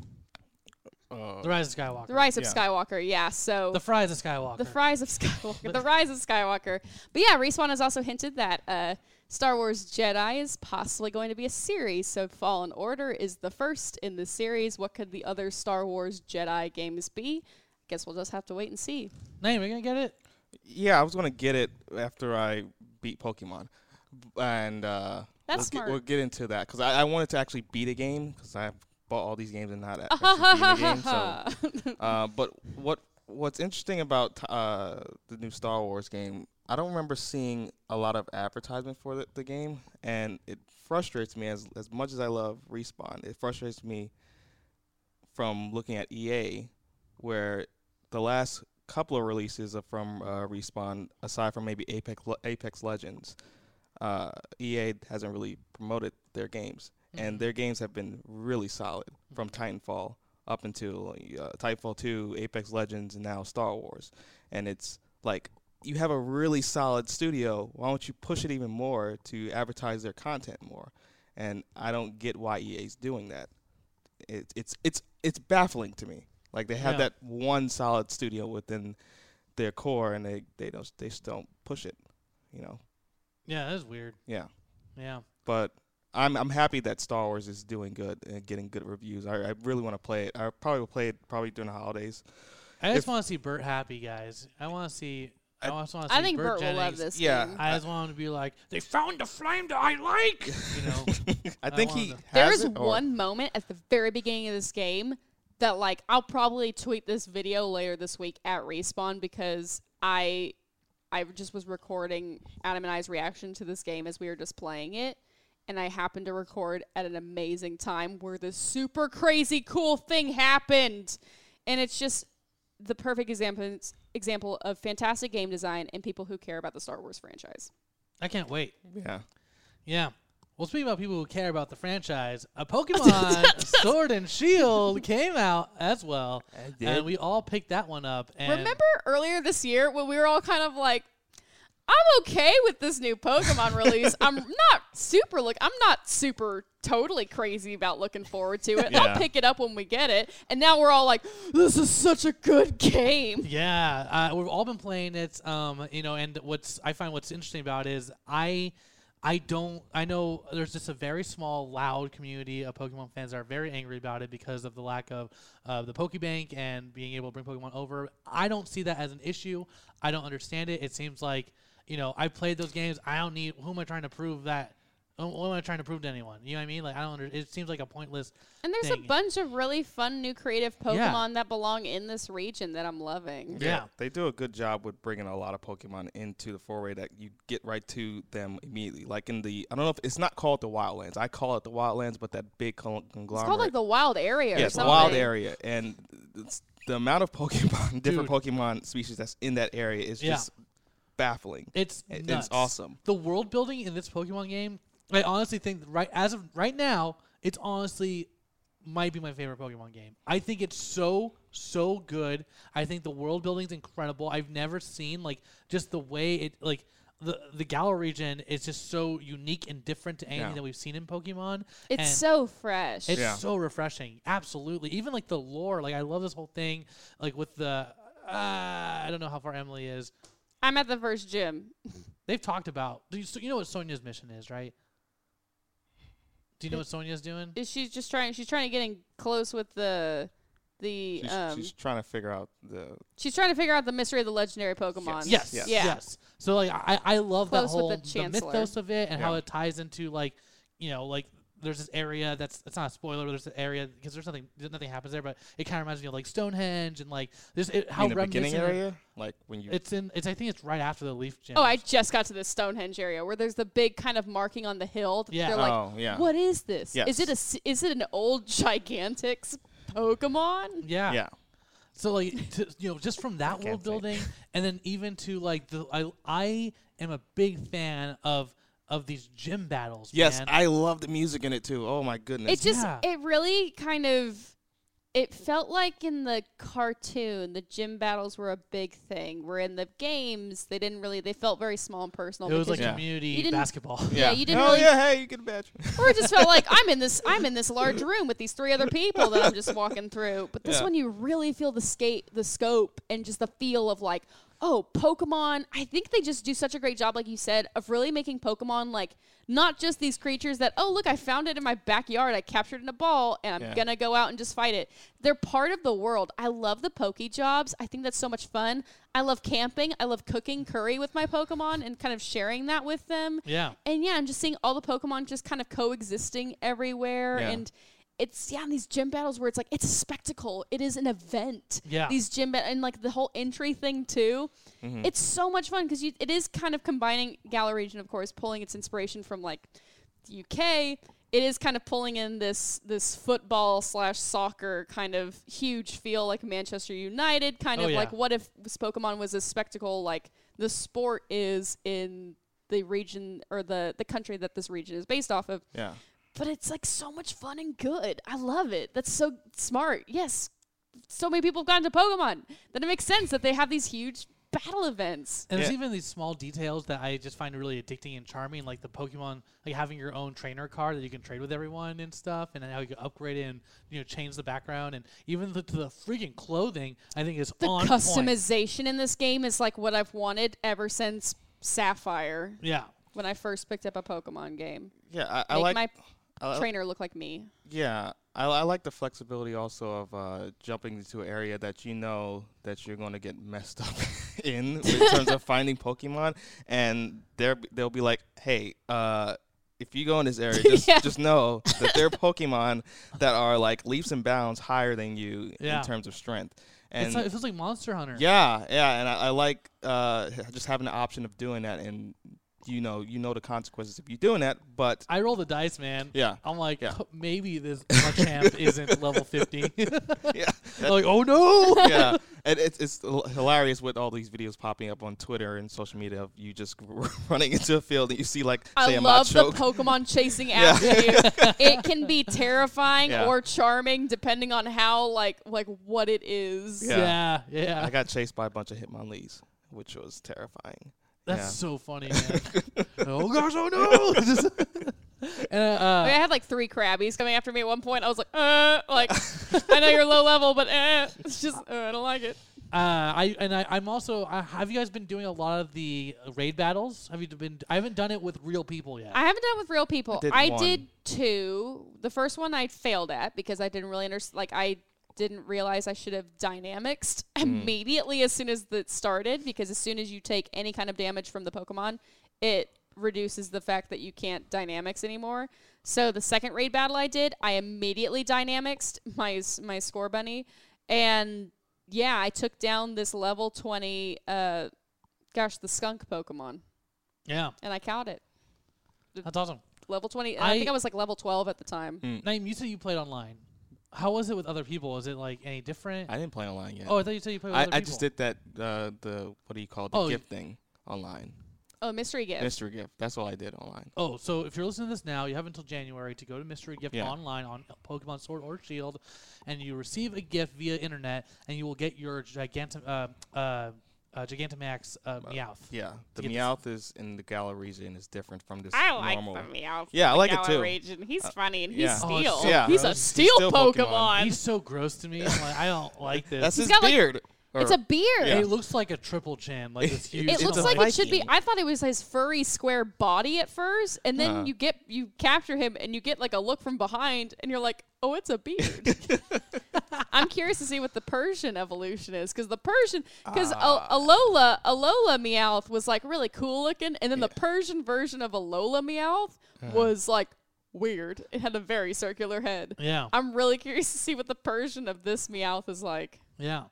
A: The Rise of Skywalker.
B: the rise of
C: Yeah.
B: Skywalker. Yeah, so
A: The fries of Skywalker.
B: the fries of Skywalker. the rise of Skywalker. But yeah, Respawn has also hinted that uh, Star Wars Jedi is possibly going to be a series. So Fallen Order is the first in the series. What could the other Star Wars Jedi games be? Guess we'll just have to wait and see.
A: Name, are you gonna get it?
C: Yeah, I was gonna get it after I beat Pokemon, B- and uh,
B: That's
C: we'll
B: smart.
C: Get, we'll get into that because I, I wanted to actually beat a game because I bought all these games and not actually beat a game. So, uh, but what what's interesting about t- uh, the new Star Wars game, I don't remember seeing a lot of advertisement for the, the game, and it frustrates me as as much as I love Respawn. It frustrates me from looking at EA, where the last couple of releases are from uh, Respawn, aside from maybe Apex Le- Apex Legends, uh, EA hasn't really promoted their games, and their games have been really solid from Titanfall up until uh, Titanfall 2, Apex Legends, and now Star Wars. And it's like you have a really solid studio. Why don't you push it even more to advertise their content more? And I don't get why EA's doing that. It, it's it's it's baffling to me. Like they have
A: Yeah.
C: that one solid studio within their core, and they they don't they just don't push it. You know,
A: Yeah, that is weird.
C: yeah.
A: Yeah.
C: But I'm I'm happy that Star Wars is doing good and getting good reviews. I, I really want to play it. I probably will play it probably during the holidays.
A: I just
C: If-
A: want to see Bert happy, guys. I want to see. I,
C: I-
A: just want to see
B: I think Bert will love
A: Jennings.
B: this.
C: Yeah.
B: game.
A: I just want him to be like, they found the flame that I like. You know,
C: I think
A: wanna
C: he
A: know.
C: has
B: There is
C: it, or-
B: one moment at the very beginning of this game that, like, I'll probably tweet this video later this week at respawn because I, I just was recording Adam and I's reaction to this game as we were just playing it, and I happened to record at an amazing time where this super crazy cool thing happened, and it's just the perfect example example of fantastic game design and people who care about the Star Wars franchise.
A: I can't wait.
C: Yeah.
A: Yeah. Well, speaking about people who care about the franchise, a Pokemon Sword and Shield came out as well, and we all picked that one up. And
B: Remember earlier this year when we were all kind of like, I'm okay with this new Pokemon release. I'm not super look. I'm not super totally crazy about looking forward to it. I'll
C: Yeah.
B: pick it up when we get it. And now we're all like, this is such a good game.
A: Yeah, uh, we've all been playing it. Um, you know, and what's I find what's interesting about it is I, I don't. I know there's just a very small, loud community of Pokemon fans that are very angry about it because of the lack of uh, the Pokebank and being able to bring Pokemon over. I don't see that as an issue. I don't understand it. It seems like you know I played those games. I don't need. Who am I trying to prove that? What am I trying to prove to anyone? You know what I mean? Like I don't. Under, it seems like a pointless.
B: And there's
A: Dang
B: a
A: it.
B: bunch of really fun new creative Pokemon
A: Yeah.
B: that belong in this region that I'm loving.
A: Yeah.
C: They do a good job with bringing a lot of Pokemon into the foray that you get right to them immediately. Like in the, I don't know if it's not called the Wildlands. I call it the Wildlands, but that big con-
B: It's
C: conglomerate.
B: called like the Wild Area
C: yeah,
B: or
C: it's a
B: something.
C: wild area, and it's the amount of Pokemon, different
A: Dude.
C: Pokemon species that's in that area is
A: Yeah.
C: just baffling.
A: It's
C: It-
A: nuts.
C: it's awesome.
A: The world building in this Pokemon game, I honestly think right as of right now, it's honestly might be my favorite Pokemon game. I think it's so so good. I think the world building's incredible. I've never seen like just the way it like the the Galar region is just so unique and different to anything
C: Yeah.
A: that we've seen in Pokemon.
B: It's
A: and
B: so fresh.
A: it's
C: Yeah.
A: so refreshing. Absolutely. Even like the lore, like I love this whole thing like with the uh, I don't know how far Emily is.
B: I'm at the first gym.
A: They've talked about. Do you, so you know what Sonya's mission is, right? Do you know what Sonya's doing?
B: Is she's just trying she's trying to get in close with the the
C: She's,
B: um
C: she's trying to figure out the
B: She's trying to figure out the mystery of the legendary Pokemon.
A: Yes,
C: Yes.
B: Yeah.
A: yes. So like, I I love that
B: Close with
A: whole
B: the
A: the
B: Chancellor.
A: mythos of it and how
C: Yeah.
A: it ties into like, you know, like there's this area that's it's not a spoiler. But there's an area because there's nothing nothing happens there, but it kind of reminds me of like Stonehenge and like this it,
C: I
A: how
C: mean, the beginning
A: reminiscent it-
C: area, like when you
A: It's in. It's I think it's right after the Leaf Gym.
B: Oh, I just got to the Stonehenge area where there's the big kind of marking on the hill. That
A: Yeah.
B: They're like,
C: oh yeah
B: what is this? Is it a
C: Yes.
B: s- is it an old gigantic s- Pokemon?
A: yeah.
C: yeah
A: So like to, you know, just from that world
C: think.
A: building, and then even to like the I I am a big fan of of these gym battles.
C: yes
A: man.
C: I love the music in it too. Oh my goodness,
B: It just
A: Yeah.
B: it really kind of it felt like in the cartoon the gym battles were a big thing. Where in the games they didn't really they felt very small and personal.
A: it was
B: because
A: like
B: you-
C: Yeah.
A: community
B: you didn't-
A: basketball.
B: yeah, you didn't
C: oh
B: really-
C: yeah, hey, you can imagine.
B: or it just felt like I'm in this I'm in this large room with these three other people that I'm just walking through. But this
C: Yeah.
B: one, you really feel the scape, the scope, and just the feel of like, oh, Pokemon. I think they just do such a great job, like you said, of really making Pokemon like not just these creatures that oh look, I found it in my backyard, I captured it in a ball, and I'm
C: Yeah.
B: gonna go out and just fight it. They're part of the world. I love the Poke jobs. I think that's so much fun. I love camping. I love cooking curry with my Pokemon and kind of sharing that with them
A: Yeah.
B: and yeah, I'm just seeing all the Pokemon just kind of coexisting everywhere,
C: Yeah.
B: and it's yeah, and these gym battles where it's like it's a spectacle. It is an event.
A: Yeah.
B: These gym bat and like the whole entry thing too. It's so much fun because it is kind of combining Gallery Region, of course, pulling its inspiration from like the UK. It is kind of pulling in this this football slash soccer kind of huge feel like Manchester United, kind
A: Oh,
B: of like
A: yeah.
B: what if Pokemon was a spectacle like the sport is in the region or the the country that this region is based off of
C: Yeah.
B: but it's like so much fun and good. I love it. That's so smart. Yes, so many people have gotten to Pokemon that it makes sense that they have these huge battle events.
A: And there's
C: Yeah.
A: even these small details that I just find really addicting and charming, like the Pokemon, like having your own trainer card that you can trade with everyone and stuff, and how you can upgrade it and you know change the background, and even the, to the freaking clothing, I think is
B: The
A: on point.
B: customization in this game is like what I've wanted ever since Sapphire
A: Yeah,
B: when I first picked up a Pokemon game.
C: Yeah. I, I
B: Make
C: like.
B: my
C: I- I-
B: trainer look like me.
C: Yeah, I, I like the flexibility also of uh, jumping into an area that you know that you're going to get messed up in in terms of finding Pokemon, and there they'll be like, "Hey, uh, if you go in this area, just
B: Yeah.
C: just know that there are Pokemon that are like leaps and bounds higher than you
A: Yeah.
C: in terms of strength."
A: it's
C: And
A: like, it feels like Monster Hunter.
C: yeah, yeah, and I, I like uh, just having the option of doing that, and you know, you know the consequences of you doing that, but
A: I roll the dice, man.
C: yeah,
A: I'm like,
C: Yeah.
A: maybe this Machamp isn't level 50.
C: yeah.
A: like, oh no!
C: yeah, and it's it's hil- hilarious with all these videos popping up on Twitter and social media of you just running into a field and you see like say
B: I
C: a
B: love the
C: machoke.
B: Pokemon chasing
C: Yeah.
B: after you. It can be terrifying
C: Yeah.
B: or charming depending on how like like what it is.
C: Yeah.
A: Yeah, yeah.
C: I got chased by a bunch of Hitmonlees, which was terrifying.
A: That's
C: yeah.
A: so funny, man. oh gosh, oh no! Just- and, uh, uh,
B: I, mean, I had like three crabbies coming after me at one point. I was like, uh, like I know you're low level, but uh, it's just uh, I don't like it.
A: Uh, I and I, I'm also. Uh, have you guys been doing a lot of the raid battles? Have you been? I haven't done it with real people yet.
B: I haven't done it with real people.
C: did
B: I
C: one.
B: did two. The first one I failed at because I didn't really understand. Like I didn't realize I should have dynamics
C: Mm.
B: immediately as soon as it started because as soon as you take any kind of damage from the Pokemon, it reduces the fact that you can't dynamics anymore. So the second raid battle I did, I immediately dynamics my s- my score bunny, and yeah, I took down this level twenty. Uh, gosh, the skunk Pokemon,
A: yeah,
B: and I caught it
A: that's awesome.
B: level 20 I, I think
A: I-
B: i was like level 12 at the time
C: Hmm.
A: Naeem, you said you played online. How was it with other people? Is it like any different?
C: I didn't play online yet.
A: oh, I thought you said you played with
C: I,
A: other
C: I
A: people.
C: just did that uh, the what do you call it, the
A: Oh,
C: gift thing online,
B: oh mystery gift
C: mystery gift. That's all I did online.
A: Oh, so if you're listening to this now, you have until January to go to Mystery Gift
C: Yeah.
A: online on Pokemon Sword or Shield, and you receive a gift via internet, and you will get your Giganta, uh, uh, uh, Gigantamax uh, Meowth.
C: Yeah, the
A: To get this-
C: Meowth is in the Galleries and is different from this
B: I like
C: normal.
B: the Meowth.
C: Yeah, I like it too. Uh,
B: Region. He's funny and he's
C: yeah.
A: Oh, it's
B: steel.
A: so
C: Yeah.
B: he's a
A: gross.
B: steel,
C: He's still
B: Pokemon.
C: Pokemon.
A: He's so gross to me. I'm like, I don't like this.
C: That's
B: He's
C: his
B: got, like-
C: beard. or-
B: it's a beard.
A: It
C: Yeah.
A: looks like a triple chin, like it's huge.
B: It
C: It's
B: looks
C: a
A: stomach.
B: like it should be.
C: Viking.
B: I thought it was his furry square body at first, and then
C: Uh-huh.
B: you get you capture him and you get like a look from behind, and you're like, oh, it's a beard. I'm curious to see what the Persian evolution is, because the Persian, because
C: Ah.
B: Alola Alola Meowth was like really cool looking, and then the Persian version of Alola Meowth
C: Uh-huh.
B: was like weird. It had a very circular head.
A: yeah,
B: I'm really curious to see what the Persian of this Meowth is like.
A: yeah.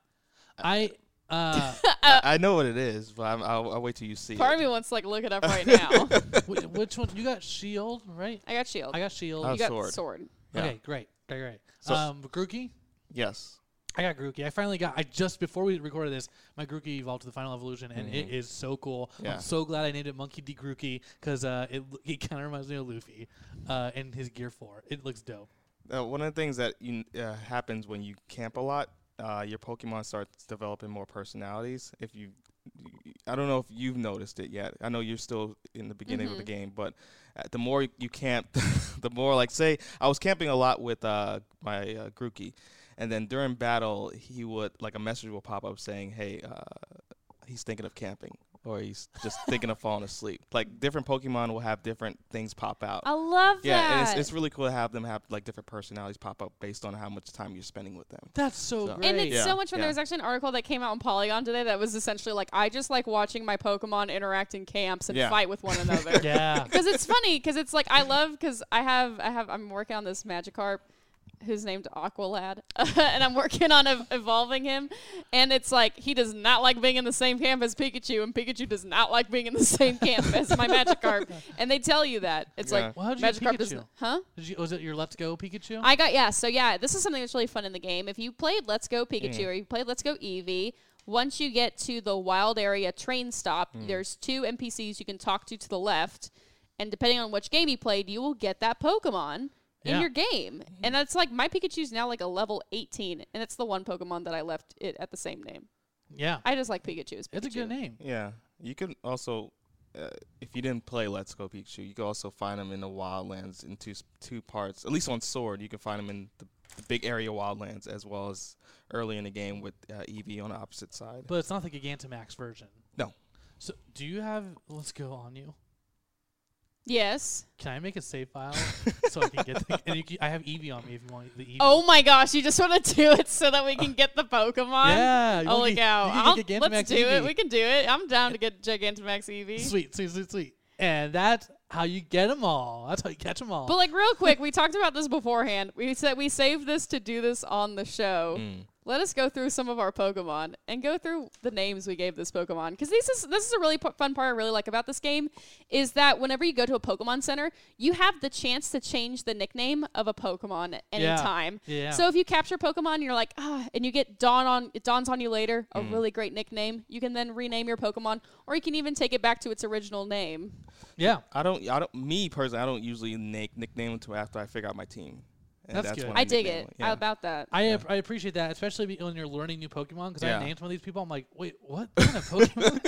A: I uh,
C: I know what it is, but I'm, I'll, I'll wait till you see.
B: Part
C: it.
B: of me wants to like look it up right now.
A: uh, wh- which one? You got Shield, right?
B: I got Shield.
A: I got Shield.
C: I
B: you got
C: Sword.
B: sword.
C: Yeah.
A: Okay, great, great, great.
C: So-
A: um, Grookey.
C: Yes.
A: I got Grookey. I finally got. I just before we recorded this, my Grookey evolved to the final evolution, and it is so cool.
C: Mm-hmm. Yeah.
A: I'm so glad I named it Monkey D. Grookey because uh, it l- it kind of reminds me of Luffy, uh, and his gear four. It looks dope.
C: Uh, one of the things that you, uh, happens when you camp a lot, uh, your Pokemon starts developing more personalities. If you, I don't know if you've noticed it yet. I know you're still in the beginning of the game, but uh, the more you camp, the more like say I was camping a lot with uh, my uh, Grookey, and then during battle he would like a message will pop up saying, "Hey, uh, he's thinking of camping." Or he's just thinking of falling asleep. Like different Pokemon will have different things pop out.
B: I love
C: Yeah, and
B: that.
C: it's, it's really cool to have them have like different personalities pop up based on how much time you're spending with them.
A: That's so,
C: So-
A: great.
B: And it's
C: Yeah,
B: so much fun.
C: yeah.
B: There was actually an article that came out on Polygon today that was essentially like, I just like watching my Pokemon interact in camps and
C: Yeah.
B: fight with one another.
A: yeah.
B: because it's funny because it's like I love because I have I have I'm working on this Magikarp who's named Aqualad, and I'm working on ev- evolving him. And it's like he does not like being in the same camp as Pikachu, and Pikachu does not like being in the same camp as my Magikarp. And they tell you that it's
C: Yeah.
B: like
A: Well, how'd you get
B: Magikarp does
A: Pikachu?
B: not huh?
A: Did you, was it your Let's Go Pikachu?
B: I got yeah. So yeah, this is something that's really fun in the game. If you played Let's Go Pikachu or you played Let's Go Eevee, once you get to the wild area train stop,
A: Mm.
B: there's two NPCs you can talk to to the left, and depending on which game you played, you will get that Pokemon in
A: Yeah.
B: your game. And that's like my Pikachu's now like a level 18, and it's the one Pokemon that I left it at the same name.
A: yeah.
B: I just like Pikachu. As Pikachu.
A: it's a good name.
C: Yeah, you can also, uh, if you didn't play Let's Go Pikachu, you can also find them in the Wildlands in two s- two parts. At least on Sword, you can find them in the, the big area Wildlands as well as early in the game with uh, Eevee on the opposite side.
A: But it's not the Gigantamax version.
C: No.
A: So do you have Let's Go on you?
B: Yes.
A: Can I make a save file so I can get the, and you can, I have Eevee on me if you want the Eevee.
B: Oh my gosh, you just want to do it so that we can get the Pokemon.
A: yeah. you
B: Oh,
A: wanna
B: look
A: get-
B: out. I'll,
A: you can get
B: let's
A: Gigantamax
B: do it.
A: Eevee.
B: We can do it. I'm down to get Gigantamax Eevee.
A: Sweet, sweet, sweet, sweet. And that's how you get them all. That's how you catch them all.
B: But like real quick, we talked about this beforehand. We said we saved this to do this on the show.
A: Hmm.
B: Let us go through some of our Pokemon and go through the names we gave this Pokemon because this is this is a really p- fun part I really like about this game is that whenever you go to a Pokemon Center, you have the chance to change the nickname of a Pokemon at any
A: Yeah.
B: time.
A: Yeah.
B: So if you capture Pokemon, you're like ah, and you get dawn on it dawns on you later a
A: Hmm.
B: really great nickname. You can then rename your Pokemon, or you can even take it back to its original name.
A: yeah.
C: I don't, I don't, me personally, I don't usually nick, nickname until after I figure out my team. And
A: That's good.
C: when
B: I dig
C: nickname
B: it.
C: Yeah.
B: How about that?
A: I, ap- I appreciate that, especially be- when you're learning new Pokemon. Because
C: Yeah.
A: I named some of these people, I'm like, wait, what kind of Pokemon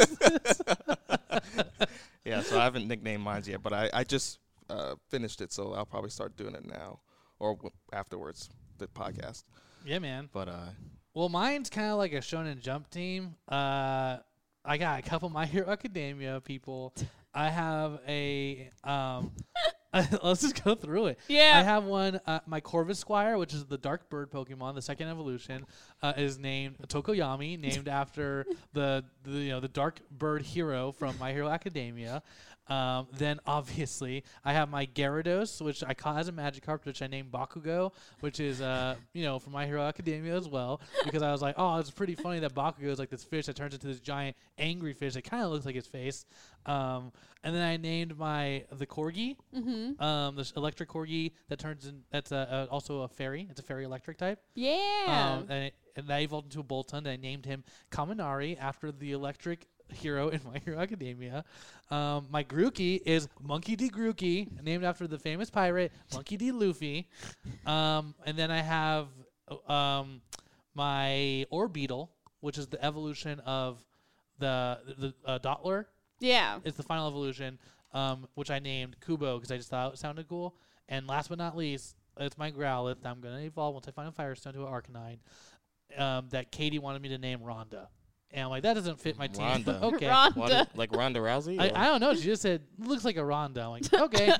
A: is this?
C: yeah, so I haven't nicknamed mine yet, but I, I just uh, finished it, so I'll probably start doing it now or w- afterwards, the podcast.
A: yeah, man.
C: But uh,
A: Well, mine's kind of like a Shonen Jump team. Uh, I got a couple My Hero Academia people. I have a um. let's just go through it.
B: Yeah.
A: I have one. Uh, my Corvus Squire, which is the Dark Bird Pokemon, the second evolution, uh, is named Tokoyami, named after the, the you know the Dark Bird hero from My Hero Academia. Um, then obviously I have my Gyarados, which I caught as a Magikarp, which I named Bakugo, which is uh you know from My Hero Academia as well, because I was like, oh, it's pretty funny that Bakugo is like this fish that turns into this giant angry fish that kind of looks like his face. Um, and then I named my the Corgi, mm-hmm. um, this electric Corgi that turns in that's a, a, also a fairy. It's a fairy electric type.
B: Yeah.
A: Um, and, it, and I evolved into a Bolton. I named him Kaminari after the electric hero in My Hero Academia. Um, my Grookey is Monkey D. Grookey, named after the famous pirate Monkey D. Luffy. Um, and then I have uh, um, my Orbeetle, which is the evolution of the the uh, Dottler.
B: yeah.
A: It's the final evolution, um, which I named Kubo because I just thought it sounded cool. And last but not least, it's my Growlithe that I'm going to evolve once I find a Firestone to an Arcanine um, that Katie wanted me to name Rhonda. And I'm like, that doesn't fit my team.
C: Rhonda.
A: okay.
B: Rhonda.
C: what is- like Ronda Rousey?
A: I,
C: or-
A: I don't know. She just said, looks like a Rhonda. I'm like, okay.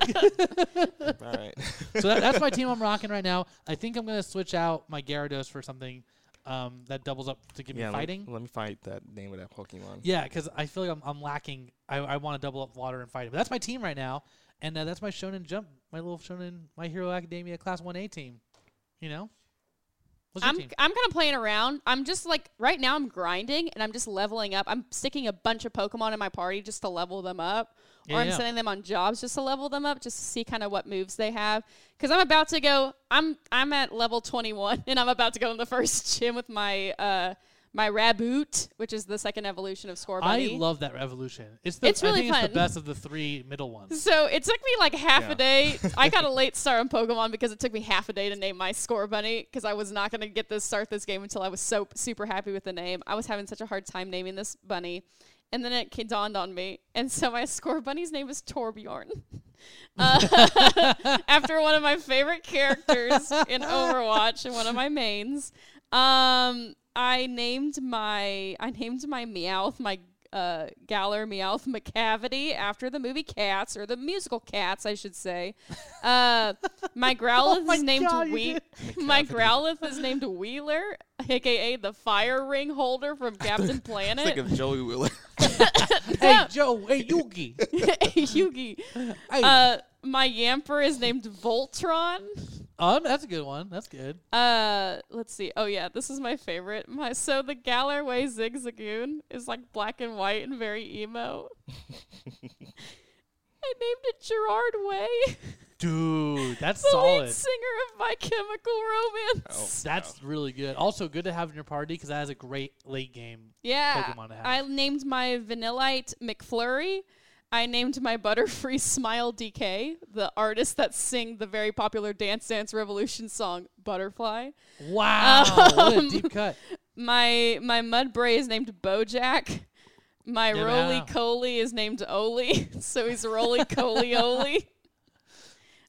C: all right.
A: so that, that's my team I'm rocking right now. I think I'm going to switch out my Gyarados for something um, that doubles up to give
C: yeah,
A: me
C: let-
A: fighting.
C: Let, me find that name of that Pokemon.
A: Yeah, because I feel like I'm, I'm lacking. I, I want to double up water and fight it. But that's my team right now, and uh, that's my Shonen Jump, my little Shonen, my Hero Academia Class One A team. You know, what's your
B: I'm,
A: team?
B: I'm kind of playing around. I'm just like right now I'm grinding and I'm just leveling up. I'm sticking a bunch of Pokemon in my party just to level them up.
A: Yeah,
B: or I'm
A: yeah.
B: sending them on jobs just to level them up, just to see kind of what moves they have. Because I'm about to go. I'm I'm at level 21 and I'm about to go in the first gym with my uh my Raboot, which is the second evolution of Scorbunny.
A: I love that revolution. It's the
B: It's really
A: I think it's
B: fun.
A: the best of the three middle ones.
B: So it took me like half
C: Yeah.
B: a day. I got a late start on Pokemon because it took me half a day to name my score bunny because I was not going to get this start this game until I was so super happy with the name. I was having such a hard time naming this bunny. And then it ca- dawned on me. And so my score bunny's name is Torbjorn. Uh, after one of my favorite characters in Overwatch and one of my mains. Um, I named my I named my Meowth my uh, Galler Meowth McCavity after the movie Cats or the musical Cats, I should say. Uh, my Growlithe
A: Oh my
B: is named
A: God, you
B: Wheat. My Growlithe is named Wheeler, aka the fire ring holder from Captain Planet.
C: Think of Joey Wheeler.
A: hey Joe, hey Yugi,
B: Yugi.
A: hey.
B: Uh, my Yamper is named Voltron.
A: Oh, that's a good one. That's good.
B: Uh, let's see. Oh yeah, this is my favorite. My so the Gallerway Zigzagoon is like black and white and very emo. I named it Gerard Way,
A: Dude, that's
B: the
A: solid. Oh,
B: lead singer of My Chemical Romance.
A: That's really good. Also, good to have in your party because that has a great late game.
B: Yeah,
A: Pokemon to have.
B: I named my Vanillite McFlurry. I named my Butterfree Smile DK, the artist that sing the very popular Dance Dance Revolution song Butterfly.
A: Wow, what a
B: Um,
A: deep cut.
B: My my Mudbray is named Bojack. My
A: Yeah,
B: Roly
A: man.
B: Coley is named Oli, so he's Roly Coley Oli.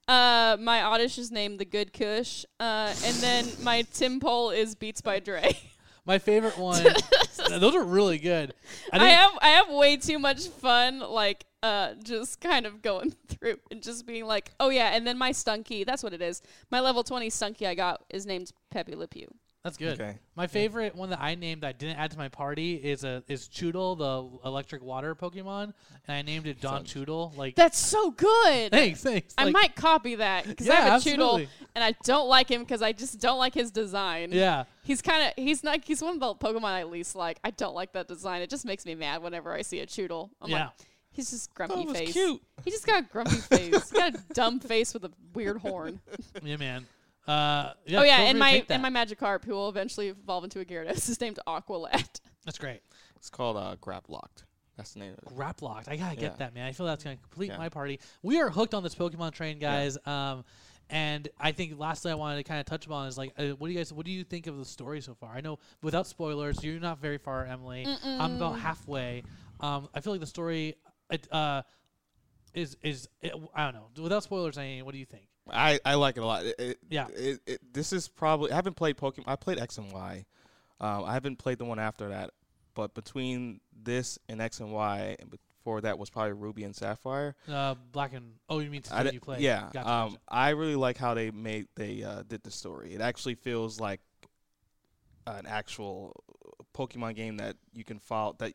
B: Uh, my Oddish is named the Good Kush, uh, and then my Tim Pole is Beats by Dre.
A: My favorite one. th- those are really good. I
B: I
A: think
B: have I have way too much fun, like uh, just kind of going through and just being like, oh yeah, and then my Stunky, that's what it is. My level twenty Stunky I got is named Pepe Le Pew.
A: that's good.
C: Okay.
A: My favorite one that I named that I didn't add to my party is a is Choodle, the electric water Pokemon, and I named it Don Choodle. Like
B: That's so good.
A: thanks, thanks.
B: I
A: like-
B: might copy that because I
A: Yeah,
B: have a Choodle
A: absolutely.
B: and I don't like him because I just don't like his design.
A: Yeah,
B: He's kind of he's not he's one of the Pokemon I least like. I don't like that design. It just makes me mad whenever I see a Choodle. I'm
A: yeah.
B: like, he's just grumpy
C: it was
B: face.
C: cute.
B: He just got a grumpy face. He got a dumb face with a weird horn.
A: yeah, man. Uh, yeah,
B: oh
A: feel
B: yeah,
A: free to
B: and my
A: take that.
B: and my Magikarp, who will eventually evolve into a Gyarados, is named Aqualad.
A: that's great.
C: It's called uh, Grab Locked. That's the name of it.
A: Grab locked. I gotta
C: Yeah.
A: get that, man. I feel that's gonna complete
C: Yeah.
A: my party. We are hooked on this Pokemon train, guys. Um, and I think lastly, I wanted to kind of touch upon is like, uh, what do you guys, what do you think of the story so far? I know without spoilers, you're not very far, Emily. I'm about halfway. Um, I feel like the story, it, uh, is is it, I don't know. Without spoilers, I mean, what do you think?
C: I, I like it a lot. It, it,
A: Yeah.
C: It, it, this is probably I haven't played Pokemon. I played X and Y. Um, I haven't played the one after that. But between this and X and Y, and before that was probably Ruby and Sapphire.
A: Uh, black and oh, you mean
C: I
A: since
C: d-
A: you play?
C: Yeah,
A: Gotcha,
C: um,
A: gotcha.
C: I really like how they made they uh, did the story. It actually feels like an actual Pokemon game that you can follow that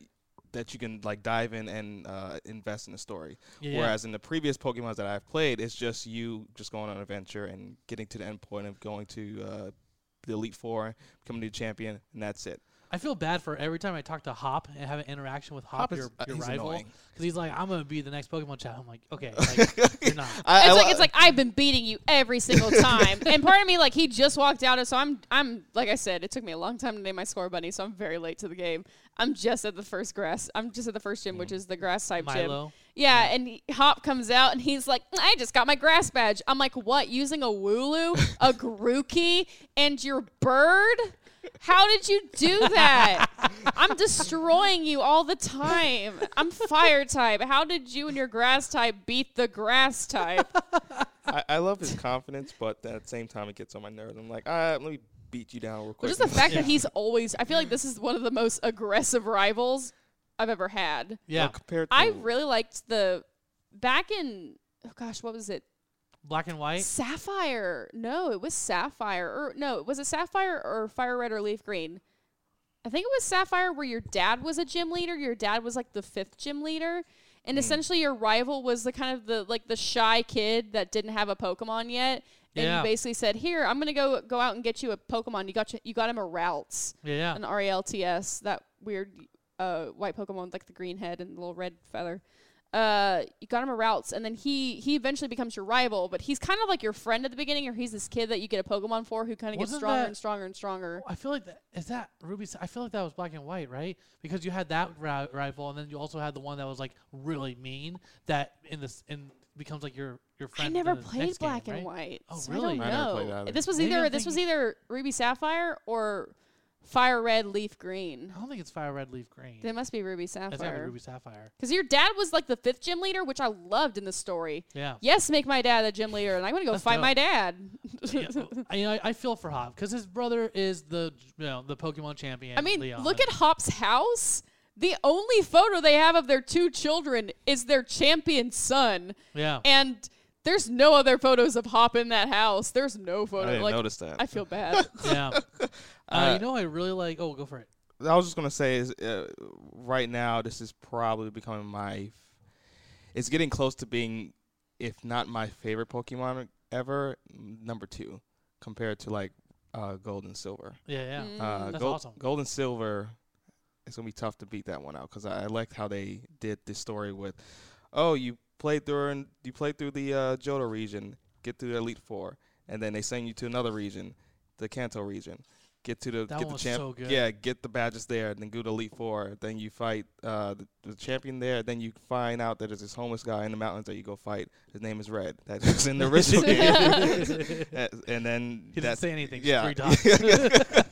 C: that you can like dive in and uh, invest in the story.
A: Yeah, yeah.
C: Whereas in the previous Pokemons that I've played, it's just you just going on an adventure and getting to the end point of going to uh, the Elite Four, becoming a new champion, and that's it.
A: I feel bad for every time I talk to Hop and have an interaction with Hop,
C: Hop is-
A: your,
C: uh,
A: your
C: he's
A: rival,
C: annoying.
A: because he's like, I'm gonna be the next Pokemon chat. I'm like, okay, like, you're not.
C: I,
B: It's
C: I
B: like
C: li-
B: it's like I've been beating you every single time. and part of me like he just walked out, and so I'm I'm like I said, it took me a long time to name my score bunny, so I'm very late to the game. I'm just at the first grass. I'm just at the first gym, which is the grass type
A: Milo.
B: gym. Yeah, and he- Hop comes out and he's like, "I just got my grass badge." I'm like, "What? Using a Wooloo, a Grookey, and your bird? How did you do that? I'm destroying you all the time. I'm fire type. How did you and your grass type beat the grass type?"
C: I, I love his confidence, but at the same time, it gets on my nerves. I'm like, all right, let me beat you down real
B: But
C: quick.
B: just the fact
A: Yeah.
B: that he's always, I feel like this is one of the most aggressive rivals I've ever had.
A: Yeah,
C: compared to
B: I really liked the back in, oh gosh, what was it?
A: black and white.
B: Sapphire. No, it was Sapphire. Or no, was it Sapphire or Fire Red or Leaf Green? I think it was Sapphire where your dad was a gym leader. Your dad was like the fifth gym leader. And essentially your rival was the kind of the like the shy kid that didn't have a Pokemon yet. And
A: Yeah.
B: you basically said, Here, I'm gonna go go out and get you a Pokemon. You got you, you got him a Routes.
A: Yeah,
B: An
A: yeah.
B: R E L T S, that weird uh, white Pokemon with like the green head and the little red feather. Uh, you got him a routes, and then he he eventually becomes your rival, but he's kind of like your friend at the beginning, or he's this kid that you get a Pokemon for who kind of gets
A: Wasn't
B: stronger
A: that-
B: and stronger and stronger.
A: I feel like that is that Ruby. Sa- I feel like that was black and white, right? Because you had that ri- rival, and then you also had the one that was like really mean. That in this and becomes like your your friend.
B: I
A: in
B: never
A: the
B: played
A: next game,
B: black
A: right?
B: and white.
A: Oh,
B: so
A: really?
B: I don't
C: I never
B: know.
C: played either.
B: This was
A: Maybe I'm
B: either this was either Ruby Sapphire or Fire Red Leaf Green.
A: I don't think it's fire red, leaf green.
B: It must be Ruby
A: That's gotta be
B: Sapphire.
A: Ruby Sapphire.
B: Because your dad was like the fifth gym leader, which I loved in the story.
A: Yeah.
B: Yes, make my dad a gym leader, and I'm gonna go
A: That's
B: fight
A: dope.
B: my dad.
A: yeah, I, you know, I, I feel for Hop because his brother is the you know the Pokemon champion.
B: I mean,
A: Leon.
B: look at Hop's house. The only photo they have of their two children is their champion son,
A: yeah.
B: and there's no other photos of Hop in that house. There's no
C: I
B: photo.
C: didn't
B: like,
C: notice that.
B: I feel bad.
A: yeah. Uh,
C: Uh,
A: you know, I really like. Oh, go for it.
C: I was just gonna say is uh, right now this is probably becoming my. It's getting close to being, if not my favorite Pokemon ever m- number two compared to like uh, gold and silver.
A: Yeah, yeah.
C: Uh,
A: Mm, That's
C: gold,
A: awesome.
C: gold and silver, it's gonna be tough to beat that one out because I, I liked how they did the story with, oh, you played through and you played through the uh, Johto region, get to the Elite Four, and then they send you to another region, the Kanto region, get to the
A: That
C: get
A: one
C: the
A: was
C: champ,
A: so good.
C: yeah, get the badges there, then go to Elite Four, then you fight uh, the, the champion there, then you find out that there's this homeless guy in the mountains that you go fight. His name is Red. That was in the original game. Uh, and then
A: He didn't
C: that's-
A: say anything. just
C: yeah.
A: Three dots.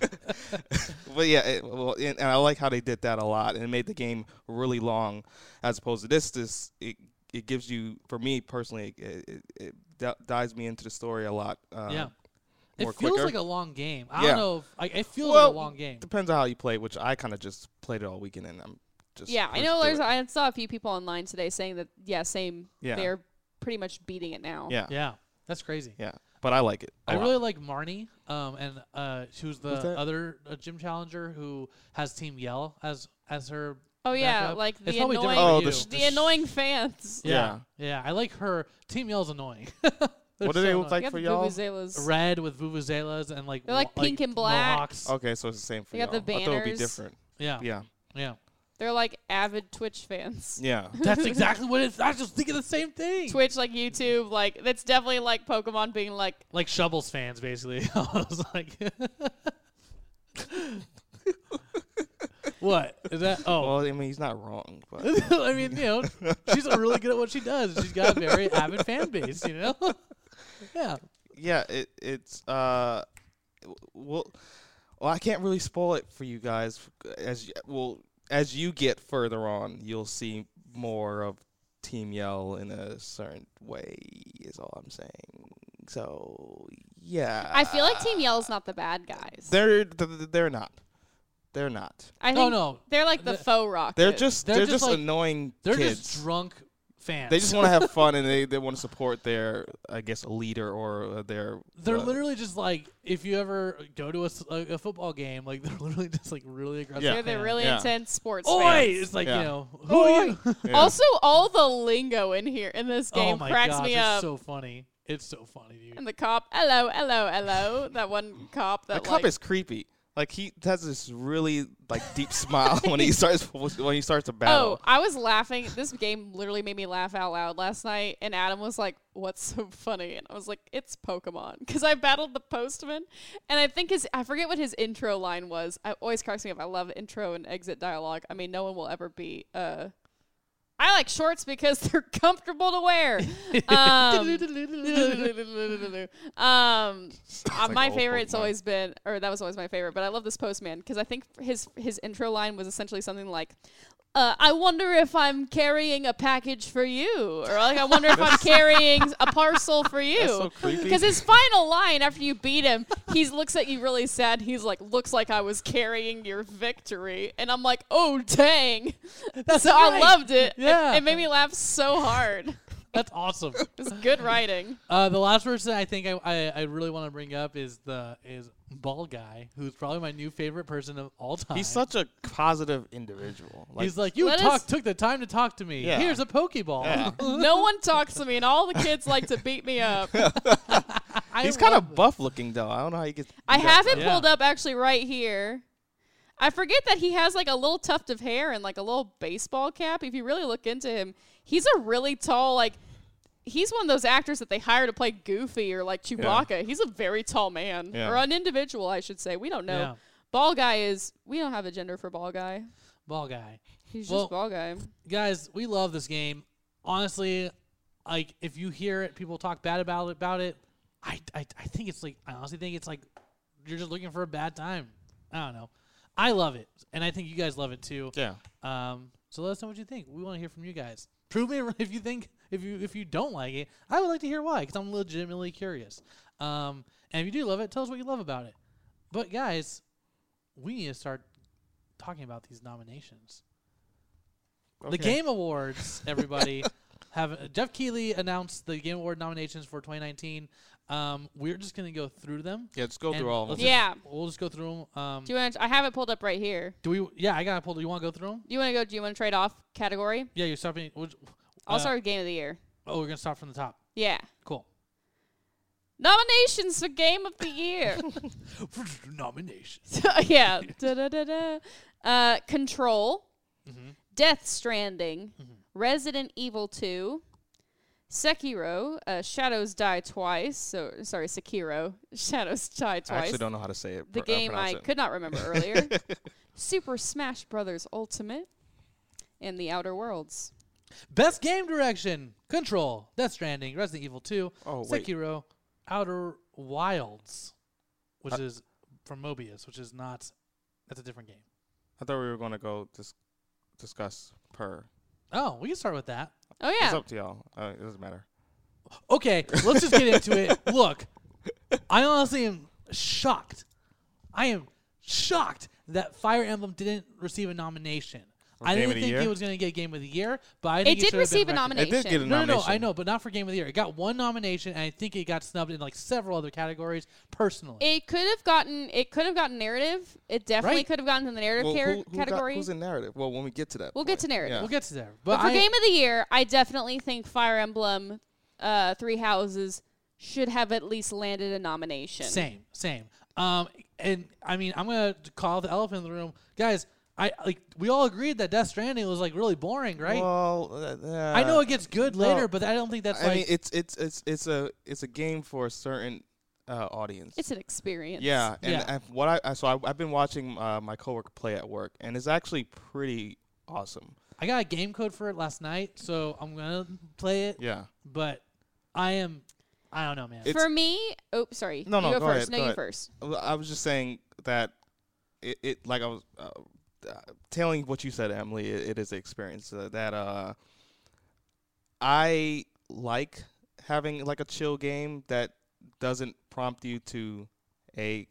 C: but yeah, it, well, and, and I like how they did that a lot, and it made the game really long, as opposed to this. This it it gives you, for me personally, it it, it di- dives me into the story a lot. Uh,
A: yeah. It
C: more
A: feels
C: quicker.
A: like a long game. I
C: Yeah.
A: don't know. If, I, it feels
C: Well,
A: like a long game.
C: depends on how you play, which I kind of just played it all weekend, and I'm just
B: Yeah, I
C: pushed
B: know.
C: through
B: There's.
C: it.
B: I saw a few people online today saying that. Yeah, same.
C: Yeah.
B: They're pretty much beating it now.
C: yeah, yeah,
A: Yeah, that's crazy.
C: but I like it. I
A: I really like Marnie, um, and uh, she was the
C: Who's that?
A: other uh, gym challenger who has Team Yell as as her.
B: Oh yeah,
A: backup.
B: like
A: It's
B: the
A: probably
B: annoying,
A: different
C: Oh,
A: for
C: the
A: you.
C: sh-
B: the annoying fans.
A: yeah,
C: Yeah.
A: yeah. I like her. Team Yell's annoying.
C: What do they look
B: They
C: like
B: got
C: for
B: the
C: y'all?
B: vuvuzelas.
A: Red with vuvuzelas and like
B: They're like
A: wa-
B: pink and black.
A: mohawks.
C: Okay, so it's the same for
B: They got the
C: y'all. I thought it would be
B: banners.
C: different.
A: Yeah, yeah,
C: Yeah,
B: They're like avid Twitch fans.
C: yeah.
A: That's exactly what it is. I was just thinking the same thing.
B: Twitch, like YouTube, like that's definitely like Pokemon being like,
A: like Shovels fans, basically. I was like, what is that? Oh,
C: Well, I mean, he's not wrong, but
A: I mean, you know, she's really good at what she does. She's got a very avid fan base, you know. yeah,
C: yeah, it it's uh, w- well, well, I can't really spoil it for you guys. f- As y well as you get further on, you'll see more of Team Yell in a certain way. Is all I'm saying. So yeah,
B: I feel like Team Yell's not the bad guys.
C: they're th- th- they're not, they're not.
B: I think
A: no, no,
B: they're like the
A: The-
B: faux rock.
C: They're just
A: They're
C: they're,
A: just
C: just,
A: like-
C: annoying
A: they're
C: kids.
A: just drunk fans.
C: they just want to have fun and they, they want to support their I guess leader or uh, their
A: They're
C: uh,
A: literally just like if you ever go to a, s- a- a football game, like they're literally just like really aggressive.
C: Yeah.
B: they're the
A: fans.
B: really
C: Yeah.
B: intense sports
A: Oi!
B: fans.
A: It's like you
C: Yeah.
A: know who are
B: Oi!
A: you?
C: yeah.
B: Also, all the lingo in here in this game
A: oh my
B: cracks
A: gosh,
B: me
A: it's
B: up.
A: so funny. It's so funny, dude.
B: and the cop, hello, hello, hello. that one cop
C: The
B: that
C: cop
B: like,
C: is creepy. Like he has this really like deep smile when he starts when he starts to battle.
B: Oh, I was laughing. This game literally made me laugh out loud last night, and Adam was like, "What's so funny?" And I was like, "It's Pokemon," because I battled the postman, and I think his I forget what his intro line was. I always cracks me up. I love intro and exit dialogue. I mean, no one will ever be. Uh, I like shorts because they're comfortable to wear. um, um, uh,
C: like
B: my
C: old
B: favorite's
C: Pokemon.
B: always been, or that was always my favorite, but I love this postman because I think his his intro line was essentially something like, uh, "I wonder if I'm carrying a package for you," or like, "I wonder if I'm carrying a parcel for
C: That's so
B: you."
C: creepy.
B: Because his final line after you beat him, he looks at you really sad. He's like, "Looks like I was carrying your victory," and I'm like, "Oh dang!" so I
A: right.
B: loved it. It-
A: Yeah.
B: it made me laugh so hard.
A: That's awesome.
B: It was good writing.
A: Uh, the last person I think I, I, I really want to bring up is the is ball guy, who's probably my new favorite person of all time.
C: He's such a positive individual. Like,
A: He's like, you
B: Let
A: talk,
B: us-
A: took the time to talk to me.
C: Yeah.
A: Here's a pokeball.
C: Yeah.
B: No one talks to me, and all the kids like to beat me up.
A: I
C: he's kind
A: love
C: of buff looking though. I don't know how he gets.
B: I
C: he got
B: have it
C: that.
A: Yeah.
B: pulled up actually right here. I forget that he has like a little tuft of hair and like a little baseball cap. If you really look into him, he's a really tall, like, he's one of those actors that they hire to play Goofy or like Chewbacca. He's a very tall man
C: Yeah.
B: or an individual, I should say. We don't know.
A: Yeah.
B: Ball guy is, we don't have a gender for ball guy.
A: ball guy.
B: He's
A: Well-
B: just ball guy.
A: Guys, we love this game. Honestly, like if you hear it, people talk bad about it. About it, I, I, I think it's like I honestly think it's like you're just looking for a bad time. I don't know. I love it, and I think you guys love it too.
C: Yeah.
A: Um, so let us know what you think. We want to hear from you guys. Prove me wrong if you think if you if you don't like it. I would like to hear why because I'm legitimately curious. Um, and if you do love it, tell us what you love about it. But guys, we need to start talking about these nominations. The
C: Okay.
A: Game Awards, everybody. Have uh, Jeff Keighley announced the Game Award nominations for 2019? Um, we're just gonna go through them.
C: Yeah, just go
A: and
C: through all of
A: let's
C: them.
A: just-
B: Yeah.
A: we'll just go through them. Um,
B: Do you want to, I have it pulled up right here.
A: do we? Yeah, I got pulled. You want to go through them?
B: Do you want to go, do you want to trade off category?
A: Yeah, you're stopping. Which,
B: I'll
A: uh,
B: start with game of the year.
A: Oh, we're gonna start from the top.
B: Yeah.
A: Cool.
B: Nominations for Game of the Year.
A: Nomination.
B: So, yeah. Da-da-da-da. Uh, Control,
C: Mm-hmm.
A: hmm
B: Death Stranding,
A: Mhm.
B: Resident Evil 2, Sekiro, uh, Shadows Die Twice. So sorry, Sekiro, Shadows Die
C: I
B: Twice.
C: actually don't know how to say it.
B: the
C: pr- uh,
B: game I
C: pronounce it.
B: could not remember earlier. Super Smash Brothers Ultimate and The Outer Worlds.
A: Best game direction: Control, Death Stranding, Resident Evil 2,
C: Oh wait,
A: Sekiro, Outer Wilds, which
C: Uh,
A: is from Mobius, which is not. That's a different game.
C: I thought we were gonna go dis- discuss per.
A: Oh, we can start with that.
B: Oh
C: It's
B: yeah.
C: up to y'all. Uh, it doesn't matter.
A: Okay, let's just get into it. Look, I honestly am shocked. I am shocked that Fire Emblem didn't receive a nomination. I
C: Game
A: didn't
C: of the
A: think
C: year?
A: it was going to get Game of the Year, but I
B: It
A: think it,
B: did
A: should have been
B: receive a
A: recog-
B: nomination.
C: It did get a
A: No, no, no,
C: nomination.
A: I know, but not for Game of the Year. It got one nomination, and I think it got snubbed in like several other categories personally.
B: It could have gotten it could have gotten narrative. It definitely
A: Right.
B: could have gotten to the narrative
C: Well,
B: car-
C: who- who got-
B: category.
C: who's in narrative? Well, when we get to that,
B: We'll get
C: point.
B: to narrative.
A: we'll get to there. But,
B: but for
A: I,
B: game of the year, I definitely think Fire Emblem uh, Three Houses should have at least landed a nomination.
A: Same, same. Um, and I mean, I'm gonna call the elephant in the room, guys. I like we all agreed that Death Stranding was like really boring, right?
C: Well, uh, uh,
A: I know it gets good
C: no.
A: later, but I don't think that's
C: I
A: like
C: mean, it's it's it's it's a it's a game for a certain uh, audience.
B: It's an experience.
C: yeah, and,
A: Yeah.
C: and what I- I so I, I've been watching uh, my coworker play at work, and it's actually pretty awesome.
A: I got a game code for it last night, so I'm gonna play it.
C: Yeah,
A: But I am, I don't know, man.
C: It-
B: for me, oh sorry.
C: No, no,
B: you go,
C: go
B: first.
C: ahead,
B: no,
C: go
B: you
C: ahead.
B: first.
C: Well, I was just saying that it, it like I was uh, uh, telling what you said, Emily. It, it is an experience uh, that uh, I like having like a chill game that doesn't prompt you to a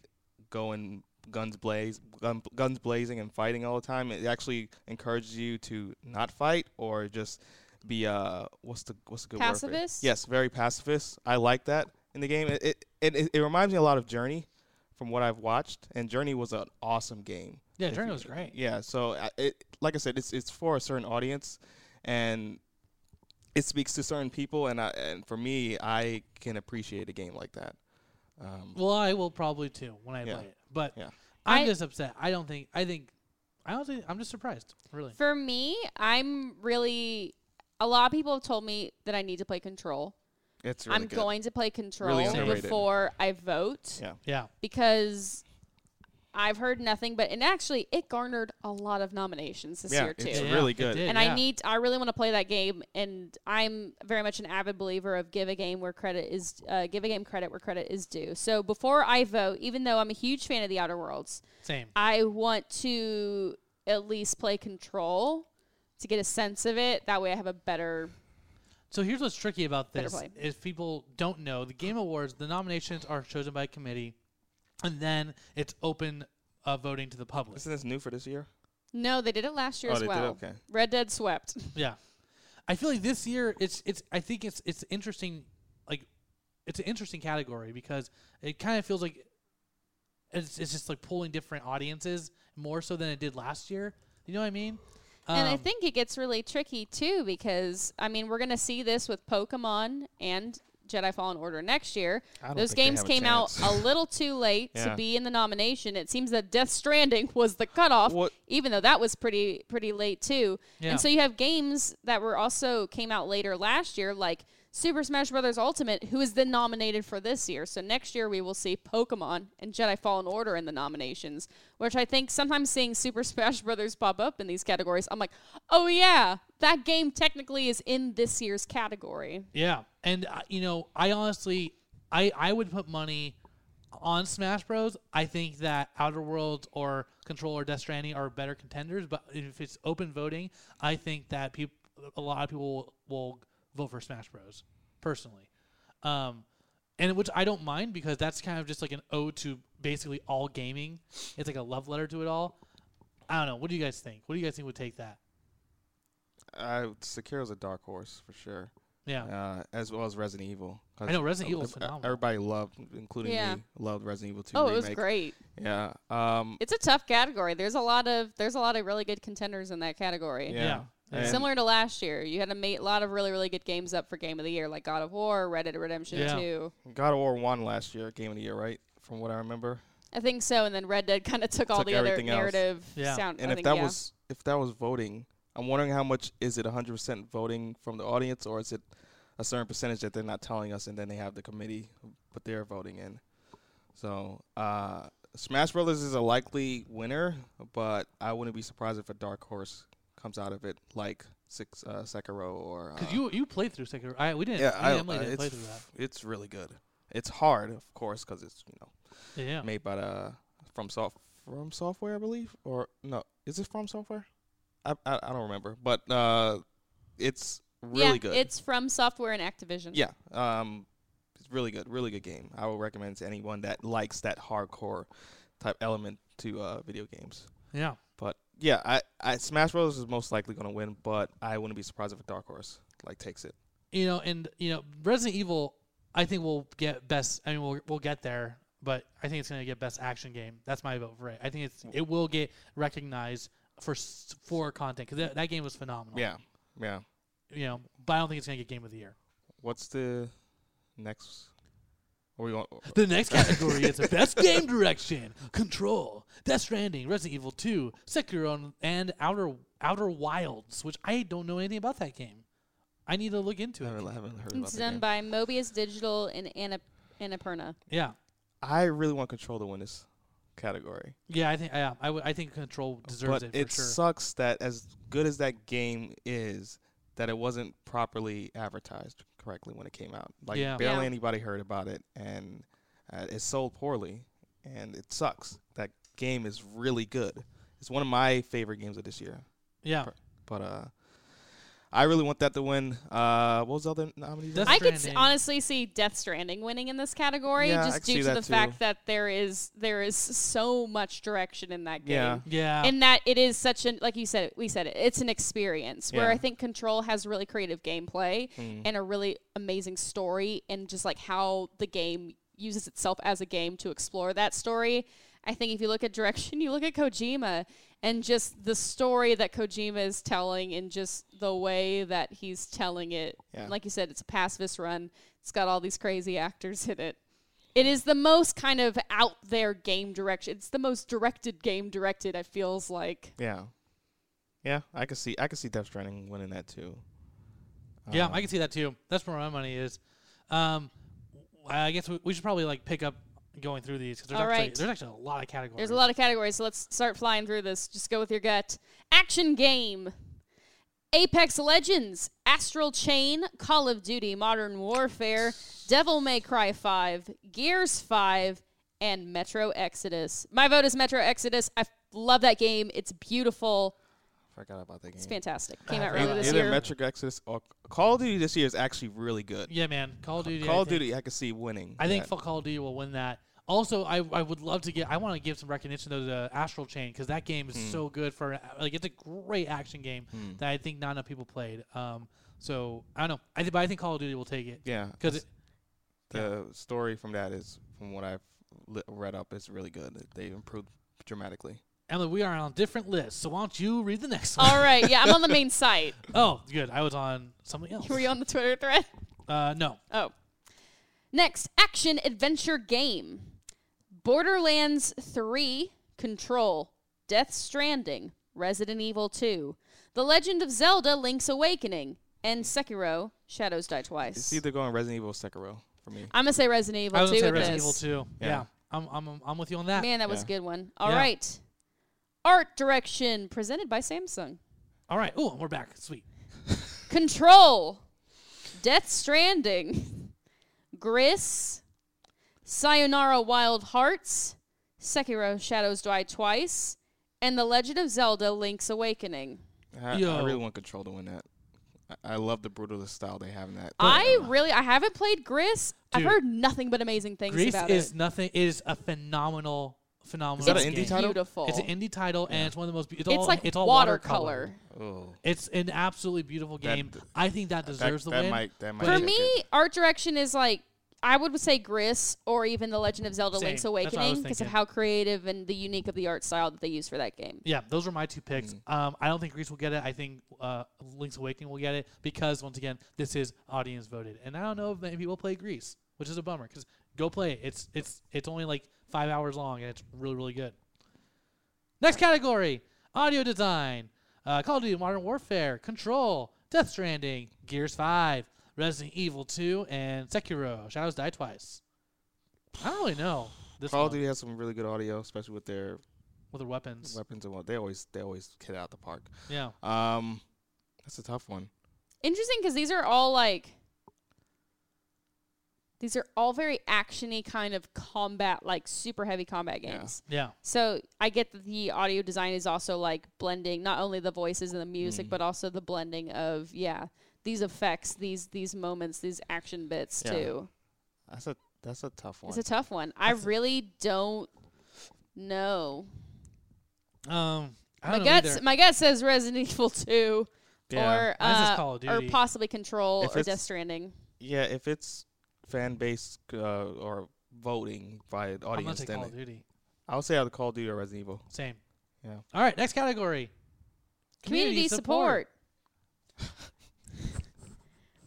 C: go and guns blaze gun, guns blazing and fighting all the time. It actually encourages you to not fight or just be uh what's the what's the good word for it?
B: Pacifist?
C: Yes, very pacifist. I like that in the game. It it, it it reminds me a lot of Journey from what I've watched, and Journey was an awesome game.
A: yeah,
C: If
A: Journey
C: you-
A: was great.
C: Yeah, so I- it like I said, it's it's for a certain audience, and it speaks to certain people, and I and for me, I can appreciate a game like that. Um,
A: Well, I will probably too when I
C: Yeah.
A: play it. But
C: Yeah.
A: I'm
B: I-
A: just upset. I don't think. I think. I don't think. I'm just surprised. Really.
B: For me, I'm really. A lot of people have told me that I need to play Control.
C: it's really
B: I'm
C: good.
B: going to play Control
C: underrated.
B: before I vote
C: Yeah.
A: Yeah.
B: because I've heard nothing but. And actually, it garnered a lot of nominations this
C: Yeah,
B: year too.
C: It's
A: Yeah,
C: really
A: it
C: good.
A: did,
B: and
A: yeah.
B: I need I really want to play that game and I'm very much an avid believer of give a game where credit is uh, give a game credit where credit is due. So before I vote, even though I'm a huge fan of the Outer Worlds,
A: Same.
B: I want to at least play Control to get a sense of it. That way I have a better
A: So here's what's tricky about
B: Better
A: this:
B: play.
A: if people don't know, the Game Awards, the nominations are chosen by committee, and then it's open uh, voting to the public.
C: Isn't this new for this year?
B: No, they did it last year
C: Oh,
B: as
C: they did?
B: well.
C: Okay.
B: Red Dead swept.
A: Yeah, I feel like this year it's it's. I think it's it's interesting. Like, it's an interesting category because it kind of feels like it's it's just like pulling different audiences more so than it did last year. You know what I mean?
B: and I
A: Um,
B: think it gets really tricky too because I mean we're gonna see this with Pokemon and Jedi Fallen Order next year.
C: I don't
B: Those
C: think they
B: games
C: have a
B: came out a
C: chance.
B: little too late to
C: Yeah.
B: be in the nomination. It seems that Death Stranding was the cutoff,
C: What-
B: even though that was pretty pretty late too.
A: Yeah.
B: And so you have games that were also came out later last year, like Super Smash Bros. Ultimate, who is then nominated for this year. So next year we will see Pokemon and Jedi Fallen Order in the nominations, which I think sometimes seeing Super Smash Bros. pop up in these categories, I'm like, oh yeah, that game technically is in this year's category.
A: Yeah, and uh, you know, I honestly, I I would put money on Smash Bros. I think that Outer Worlds or Control or Death Stranding are better contenders, but if it's open voting, I think that people, a lot of people will, will vote for Smash Bros. Personally, um, and which I don't mind because that's kind of just like an ode to basically all gaming. It's like a love letter to it all. I don't know. What do you guys think? What do you guys think would take that?
C: Uh, Sekiro's a dark horse for sure,
A: Yeah,
C: uh, as well as Resident Evil. 'Cause
A: I know Resident Evil's
C: ev-
A: phenomenal.
C: Everybody loved, including
B: Yeah.
C: me, loved Resident Evil 2
B: Oh,
C: remake.
B: it was great.
C: Yeah. Um,
B: It's a tough category. There's a lot of there's a lot of really good contenders in that category.
A: yeah.
C: Yeah.
A: It's
C: And-
B: Similar to last year, you had a ma- lot of really, really good games up for Game of the Year, like God of War, Red Dead Redemption
A: Yeah.
B: 2.
C: God of War won last year, Game of the Year, right? From what I remember.
B: I think so. And then Red Dead kind of took, all
C: Took
B: the other
C: everything else.
B: narrative
A: Yeah.
B: sound.
C: And
B: I
C: if
B: think,
C: that
B: yeah.
C: was if that was voting, I'm wondering how much is it 100% voting from the audience, or is it a certain percentage that they're not telling us, and then they have the committee put their voting in. So uh, Smash Brothers is a likely winner, but I wouldn't be surprised if a dark horse comes out of it, like Six uh, Sekiro or. Uh,
A: Because you you played through Sekiro. I we didn't.
C: yeah,
A: me and
C: I,
A: Emily
C: uh,
A: didn't play
C: it's,
A: through that.
C: f- it's really good. It's hard, of course, because it's you know
A: Yeah.
C: made by the from soft from software, I believe, or no, is it from software? I I, I don't remember, but uh, it's really
B: yeah,
C: good.
B: It's from Software and Activision.
C: yeah, um, it's really good, really good game. I would recommend to anyone that likes that hardcore type element to uh, video games.
A: Yeah.
C: But yeah, I, I Smash Bros is most likely gonna win, but I wouldn't be surprised if a Dark Horse like takes it.
A: You know, and you know, Resident Evil. I think we'll get best. I mean, we'll we'll get there, but I think it's going to get best action game. That's my vote for it. I think it's it will get recognized for s- for content because that, that game was
B: Oh.
A: phenomenal.
C: Yeah, yeah.
A: You know, but I don't think it's going to get game of the year.
C: What's the next? Are we going?
A: The next category is the best game direction: Control, Death Stranding, Resident Evil 2, Sekiro, and Outer Outer Wilds, which I don't know anything about that game. I need to look into
C: I
A: it.
C: haven't, I haven't heard about
B: It's
C: the
B: done
C: game.
B: by Mobius Digital and Annap- Annapurna.
A: Yeah,
C: I really want Control to win this category,
A: yeah, I think yeah, I, would- I think Control deserves
C: but
A: it
C: it,
A: for sure.
C: sucks that as good as that game is, that it wasn't properly advertised correctly when it came out. Like
A: Yeah.
C: barely
B: Yeah.
C: anybody heard about it, and uh, it sold poorly, and it sucks. That game is really good. It's one of my favorite games of this year,
A: yeah,
C: but uh, I really want that to win. Uh, what was the other nominees?
A: That's-
B: I could s-
A: Stranding.
B: honestly see Death Stranding winning in this category,
C: Yeah, I
B: just
C: could see
B: due to
C: that
B: the
C: too.
B: fact that there is there is so much direction in that game.
C: Yeah.
A: yeah.
B: and that it is such an like you said we said it, it's an experience where
C: Yeah.
B: i think control has really creative gameplay
C: Mm.
B: and a really amazing story and just like how the game uses itself as a game to explore that story i think if you look at direction you look at kojima and just the story that kojima is telling and just the way that he's telling it
C: Yeah.
B: like you said it's a pacifist run it's got all these crazy actors in it it is the most kind of out there game direction. It's the most directed game directed. It feels like.
C: yeah, yeah. I could see I could see Death Stranding winning that too.
A: Yeah,
C: Uh,
A: I can see that too. That's where my money is. Um, I guess we, we should probably like pick up going through these because there's
B: All
A: actually
B: right.
A: there's actually a lot of categories.
B: There's a lot of categories, so let's start flying through this. Just go with your gut. Action game, Apex Legends, Astral Chain, Call of Duty, Modern Warfare, Devil May Cry 5, Gears 5, and Metro Exodus. My vote is Metro Exodus. I f- love that game. It's beautiful.
C: Forgot about that game.
B: It's fantastic. Came
A: I think-
B: out earlier
C: Either,
B: this
C: either
B: year.
C: Metro Exodus or Call of Duty this year is actually really good.
A: Yeah, man. Call of Duty. I
C: Call of
A: think-
C: Duty, I could see winning.
A: I think
C: that.
A: fuck Call of Duty will win that. Also, I, I would love to get. I want to give some recognition though to Astral Chain because that game
C: Hmm.
A: is so good for like it's a great action game that I think not enough people played. Um, so I don't know. I think, but I think Call of Duty will take it
C: yeah,
A: because
C: the story from that is, from what I've li- read up, is really good. They improved dramatically.
A: Emily, we are on different lists. So why don't you read the next one?
B: All right. Yeah, I'm on the main site.
A: oh, good. I was on something else.
B: Were you on the Twitter thread?
A: Uh, no.
B: Oh. Next, action adventure game. Borderlands 3, Control, Death Stranding, Resident Evil 2, The Legend of Zelda Link's Awakening, and Sekiro, Shadows Die
C: It's
B: Twice.
C: either going Resident Evil or Sekiro for me.
B: I'm going to say Resident Evil
A: I was
B: 2
A: gonna say
B: with
A: Resident
B: this.
A: Evil 2. Yeah.
C: Yeah.
A: I'm, I'm, I'm with you on that.
B: Man, that was a
C: Yeah.
B: good one. All right,
A: Yeah.
B: Art direction presented by Samsung.
A: All right. Oh, we're back. Sweet.
B: Control, Death Stranding, Gris, Sayonara Wild Hearts, Sekiro Shadows Die Twice, and The Legend of Zelda Link's Awakening.
C: I, I
A: Yo.
C: really want Control to win that. I, I love the brutalist style they have in that.
B: I really I haven't played Gris. I've
A: uh, Dude.
B: heard nothing but amazing things
A: Greece
B: about
A: is
B: it.
A: nothing. It is a phenomenal, phenomenal.
C: Is that an
A: game.
C: indie title?
B: beautiful.
A: It's an indie title, and it's one of the most. Be- it's, all,
B: It's like
A: it's all
B: watercolor.
C: oh,
A: It's an absolutely beautiful
C: That-
A: game. I think that
C: that,
A: deserves the
C: that
A: win.
C: might that might
A: For
B: For
C: take
B: me,
C: it.
B: art direction is like I would say Gris or even The Legend of Zelda:
A: Same.
B: Link's
A: That's what I was
B: Awakening because of
A: thinking.
B: how creative and the unique of the art style that they use for that game.
A: Yeah, those were my two picks. Um, I don't think Greece will get it. I think uh, Link's Awakening will get it because, once again, this is audience voted, and I don't know if many people play Greece, which is a bummer. Because go play it. It's it's it's only like five hours long, and it's really really good. Next category: audio design. Uh, Call of Duty: Modern Warfare, Control, Death Stranding, Gears Five, Resident Evil Two, and Sekiro: Shadows Die Twice. I don't really know this
C: Call
A: one
C: of Duty has some really good audio, especially with their
A: with their weapons.
C: weapons and what they always they always hit it out the park.
A: Yeah,
C: Um, that's a tough one.
B: Interesting because these are all like these are all very actiony kind of combat, like super heavy combat
C: Yeah.
B: games.
A: yeah.
B: So I get that the audio design is also like blending not only the voices and the music,
C: Mm.
B: but also the blending of yeah these effects, these these moments, these action bits
C: Yeah.
B: too.
C: That's a that's a tough one.
B: It's a tough one. I
A: That's a-
B: really don't know.
A: Um, I
B: My
A: don't know
B: gut,
A: either.
B: s- my gut says Resident Evil Two, or
A: Mine's just
B: uh,
A: Call of
B: or
A: Duty.
B: possibly Control
C: If
B: or
C: it's-
B: Death Stranding.
C: yeah, if it's fan based uh, or voting by an
A: I'm gonna
C: audience,
A: take Call
C: then
A: of Duty.
C: I'll say either Call of Duty or Resident Evil.
A: Same.
C: Yeah.
A: All right, next category.
B: Community, support.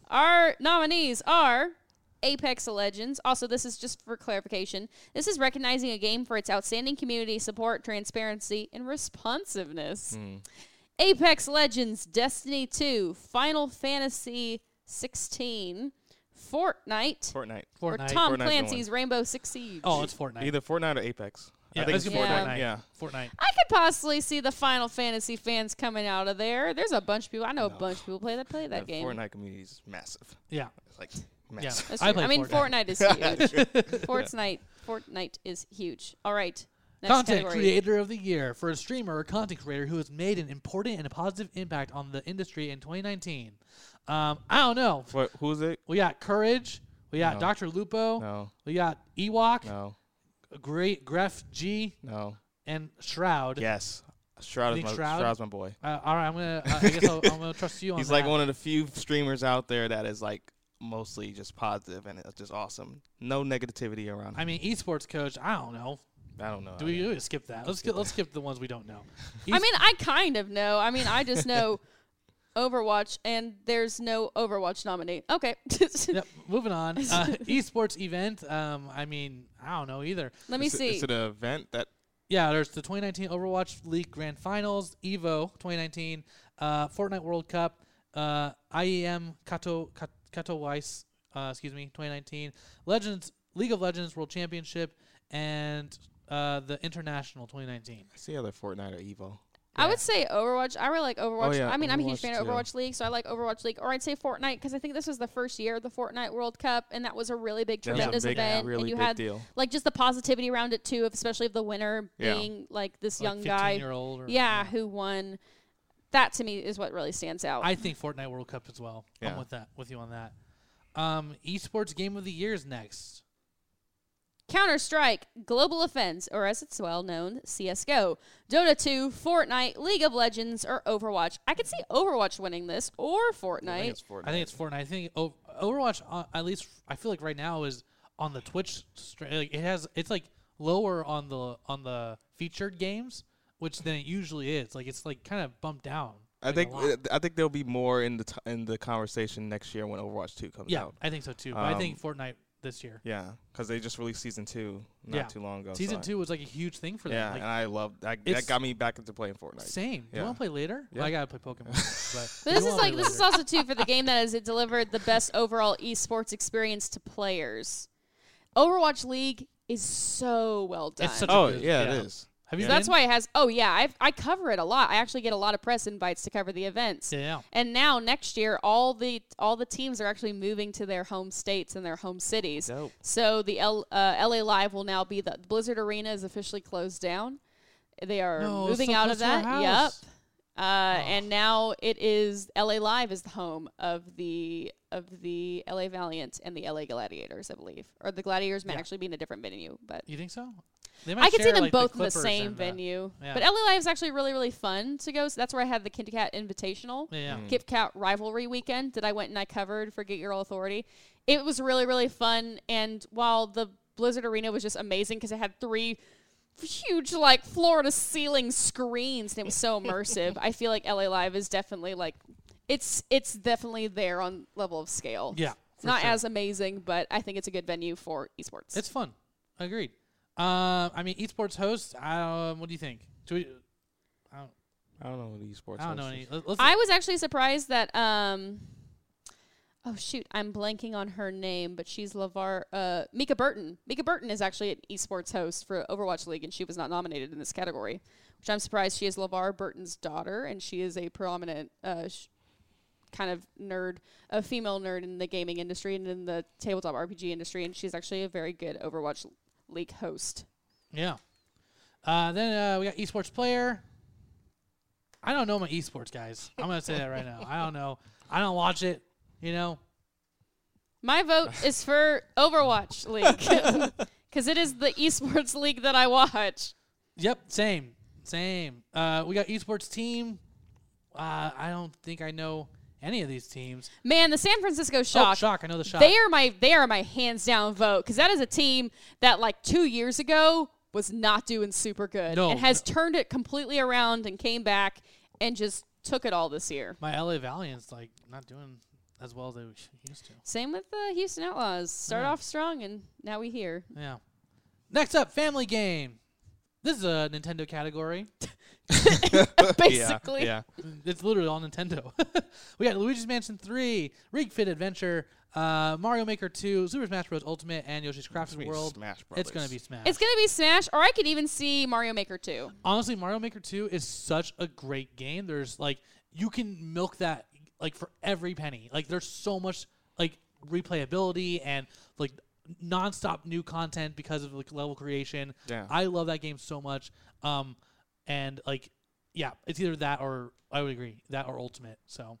B: Our nominees are Apex Legends. Also, this is just for clarification. This is recognizing a game for its outstanding community support, transparency, and responsiveness.
C: Hmm.
B: Apex Legends, Destiny 2, Final Fantasy 16, Fortnite,
C: Fortnite.
B: or
A: Fortnite.
B: Tom
C: Fortnite's the
B: Clancy's Rainbow Six Siege.
A: Oh, it's Fortnite.
C: Either Fortnite or Apex.
A: yeah,
C: I think
A: let's
C: it's
A: do
B: Yeah.
C: Fortnite.
A: Fortnite.
C: Yeah.
A: Fortnite.
B: I could possibly see the Final Fantasy fans coming out of there. There's a bunch of people. I know a
C: No.
B: bunch of people play that play that
C: the
B: game.
C: Fortnite community is massive.
A: Yeah.
C: It's like massive.
B: That's
A: I
B: true.
A: play
B: I mean,
A: Fortnite.
B: Fortnite, is huge. Fortnite, Fortnite is huge. All right, next
A: content
B: category.
A: creator of the year for a streamer or content creator who has made an important and positive impact on the industry in 2019. Um, I don't know.
C: What? Who's it?
A: We got Courage. We got
C: No.
A: Dr. Lupo.
C: No,
A: We got Ewok.
C: no,
A: Great Gref G
C: no.
A: and Shroud.
C: Yes, Shroud
A: You
C: is
A: think
C: my
A: Shroud?
C: Shroud's my boy.
A: Uh, all right, I'm gonna. I I guess I'll, I'm gonna trust you on
C: He's
A: that.
C: like one of the few streamers out there that is like mostly just positive and it's just awesome. No negativity around.
A: I
C: him.
A: mean, esports coach. I don't know.
C: I don't know.
A: Do
C: I
A: we
C: mean,
A: we skip that? Let's Oh, skip, let's skip the ones we don't know.
B: I mean, I kind of know. I mean, I just know Overwatch, and there's no Overwatch nominee. Okay,
A: yep, moving on. Uh, esports event. Um, I mean, I don't know either.
B: let me
C: is it-
B: see.
C: Is it an event that?
A: Yeah, there's the 2019 Overwatch League Grand Finals, Evo 2019, uh, Fortnite World Cup, uh, IEM Kato Kat- Katowice, uh, excuse me, 2019, Legends League of Legends World Championship, and uh, the International 2019.
C: I see other Fortnite or Evo.
B: I would say Overwatch. I really like Overwatch.
C: Oh, yeah,
B: I mean, I'm a huge
C: Overwatch
B: fan of
C: too.
B: Overwatch League, so I like Overwatch League. Or I'd say Fortnite because I think this was the first year of the Fortnite World Cup, and that was a really big,
C: That was a
B: tremendous
C: big-
B: event.
C: really
B: and you
C: big
B: had
C: deal.
B: like just the positivity around it too, of especially of the winner
C: Yeah.
B: being like this
A: Like
B: young
A: 15
B: guy,
A: year old. Or,
B: yeah, who won. That to me is what really stands out.
A: I think Fortnite World Cup as well. I'm
C: Yeah.
A: with that with you on that. Um, esports game of the year is next.
B: Counter Strike, Global Offense, or as it's well known, CS:GO, Dota 2, Fortnite, League of Legends, or Overwatch. I could see Overwatch winning this or
C: I think
B: Fortnite.
C: it's Fortnite.
A: I think it's Fortnite. I think o- Overwatch, uh, at least I feel like right now is on the Twitch. Str- like it has, it's like lower on the on the featured games, which than it usually is. Like it's like kind of bumped down.
C: I
A: like, a
C: think
A: lot.
C: I think there'll be more in the t- in the conversation next year when Overwatch Two comes
A: yeah,
C: out.
A: I think so too. But I think
C: Um,
A: Fortnite this year,
C: Yeah, because they just released season two not
A: Yeah.
C: too long ago.
A: season
C: so
A: two was like a huge thing for
C: I,
A: them.
C: yeah,
A: like,
C: and I love that.
A: it's-
C: That got me back into playing Fortnite.
A: same. Do you
C: Yeah.
A: want to play later? Well,
C: Yeah.
A: I gotta play Pokemon. but we
B: But this
A: wanna
B: is
A: play
B: like this is
A: later.
B: also too for the game that is it delivered the best overall esports experience to players. Overwatch League is so well done.
A: It's such a
C: Oh
A: good-
C: yeah,
A: yeah.
C: it is.
A: Have you?
B: So that's
A: been?
B: why it has. Oh yeah, I've, I cover it a lot. I actually get a lot of press invites to cover the events.
A: Yeah, yeah.
B: And now next year, all the all the teams are actually moving to their home states and their home cities.
C: Dope.
B: So the L, uh, LA Live will now be the Blizzard Arena is officially closed down. They are
A: No, it's
B: moving
A: so
B: out
A: close
B: of
A: to our
B: that.
A: house.
B: Yep. Uh, And now it is LA Live is the home of the of the LA Valiant and the LA Gladiators, I believe, or the Gladiators might
A: Yeah.
B: actually be in a different venue, but
A: You think so? They might
B: I could see
A: share,
B: them
A: like,
B: both in the
A: Clippers
B: same
A: and
B: venue.
A: yeah.
B: But LA Live is actually really, really fun to go. So that's where I had the Kitty Cat Invitational.
A: Yeah, yeah.
B: Kit Kat rivalry weekend that I went and I covered for Get Your Old Authority. It was really, really fun. And while the Blizzard Arena was just amazing because it had three huge, like, floor to ceiling screens and it was so immersive, I feel like LA Live is definitely like, it's it's definitely there on level of scale.
A: Yeah,
B: It's
A: for
B: not
A: sure.
B: as amazing, but I think it's a good venue for esports.
A: It's fun. Agreed. Um, I mean, esports host. Um, what do you think? Do we, I, don't,
C: I don't know what esports.
A: I don't know
C: hosts
A: any.
C: is.
A: let- Let's,
B: I was actually surprised that um oh shoot, I'm blanking on her name, but she's Lavar uh Mika Burton. Mika Burton is actually an esports host for Overwatch League and she was not nominated in this category. Which I'm surprised she is LeVar Burton's daughter and she is a prominent uh sh- kind of nerd, a female nerd in the gaming industry and in the tabletop RPG industry and she's actually a very good Overwatch League host.
A: yeah. Uh, then uh, we got esports player. I don't know my esports guys. I'm gonna say that right now. I don't know. I don't watch it. You know.
B: My vote is for Overwatch League because it is the esports league that I watch.
A: Yep. Same. Same. Uh, we got esports team. Uh, I don't think I know any of these teams.
B: Man, the San Francisco
A: Oh,
B: Shock.
A: shock! I know the shock.
B: They are my they are my hands down vote because that is a team that like two years ago was not doing super good
A: No,
B: and has turned it completely around and came back and just took it all this year.
A: my LA Valiant's like not doing as well as they used to.
B: Same with the Houston Outlaws. Start off strong and now we here.
A: Yeah. Next up, Family Game. This is a Nintendo category.
B: Basically,
C: Yeah.
A: It's literally all Nintendo. we got Luigi's Mansion 3, Rig Fit Adventure, uh, Mario Maker 2, Super Smash Bros. Ultimate, and Yoshi's
C: It's
A: Crafted
C: gonna be
A: World.
C: Smash Brothers.
A: It's going to be Smash.
B: it's gonna be Smash, or I could even see Mario Maker Two.
A: Honestly, Mario Maker 2 is such a great game. There's like, you can milk that like for every penny. Like, there's so much like replayability and like nonstop new content because of like level creation.
C: Yeah.
A: I love that game so much. Um, and like, yeah, it's either that or I would agree that or Ultimate. So,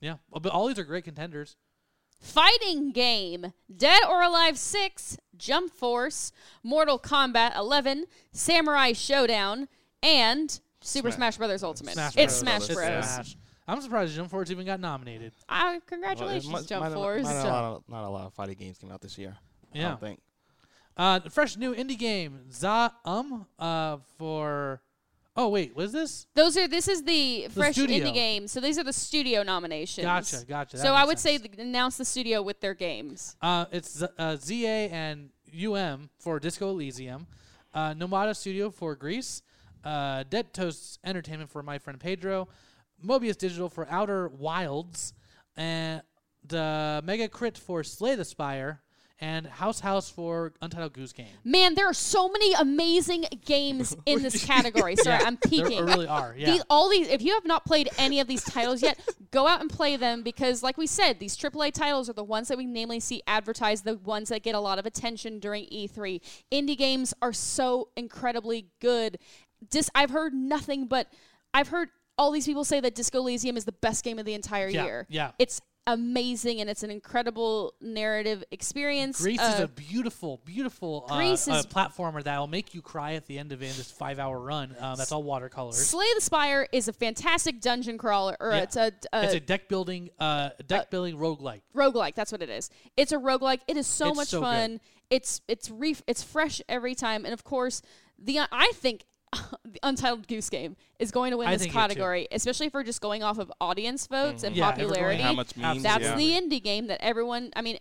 A: yeah, Uh, but all these are great contenders.
B: Fighting game, Dead or Alive 6, Jump Force, Mortal Kombat 11, Samurai Showdown, and Super
C: Smash
B: Smash Brothers Ultimate.
A: Smash
B: it's
A: Bros.
B: Smash
C: It's
B: Bros.
A: Smash. I'm surprised Jump Force even got nominated.
B: Ah,
C: Well, it
B: congratulations,
C: must-
B: Jump
C: might not-
B: Force.
C: might Not, a lot of, not a lot of fighting games came out this year. I
A: Yeah,
C: don't think.
A: uh, fresh new indie game Za Um uh for. Oh wait, was this?
B: Those are this is the, fresh
A: studio.
B: indie game. So these are the studio nominations.
A: Gotcha, gotcha. that
B: so I
A: makes
B: would
A: sense.
B: say th- announce the studio with their games.
A: Uh, it's Z- uh, ZA and UM for Disco Elysium, uh, Nomada Studio for Greece, uh, Dead Toasts Entertainment for My Friend Pedro, Mobius Digital for Outer Wilds, and uh, Mega Crit for Slay the Spire, and House House for Untitled Goose Game.
B: Man, there are so many amazing games in this category. Sorry, I'm
A: There
B: peeking.
A: really are, yeah.
B: These, all these, if you have not played any of these titles yet, go out and play them because, like we said, these AAA titles are the ones that we namely see advertised, the ones that get a lot of attention during E3. Indie games are so incredibly good. Dis- I've heard nothing but, I've heard all these people say that Disco Elysium is the best game of the entire
A: Yeah,
B: year.
A: yeah.
B: It's amazing and it's an incredible narrative experience.
A: Greece is
B: Uh,
A: a beautiful, beautiful uh,
B: Greece
A: uh,
B: is-
A: platformer that will make you cry at the end of it in this five-hour run. Um, that's all watercolors.
B: Slay the Spire is a fantastic dungeon crawler, or
A: Yeah.
B: it's a, a,
A: it's a deck building, uh, deck building roguelike.
B: roguelike. That's what it is. It's a roguelike. It is so
A: It's
B: much
A: so good.
B: fun. It's it's re- it's fresh every time, and of course, the I think the Untitled Goose Game is going to win
A: I
B: this
A: think it too. Mm-hmm.
B: category, especially for just going off of audience votes and
A: Yeah, if we're going
B: popularity.
C: How much memes?
B: That's
C: yeah.
B: the indie game that everyone. I mean,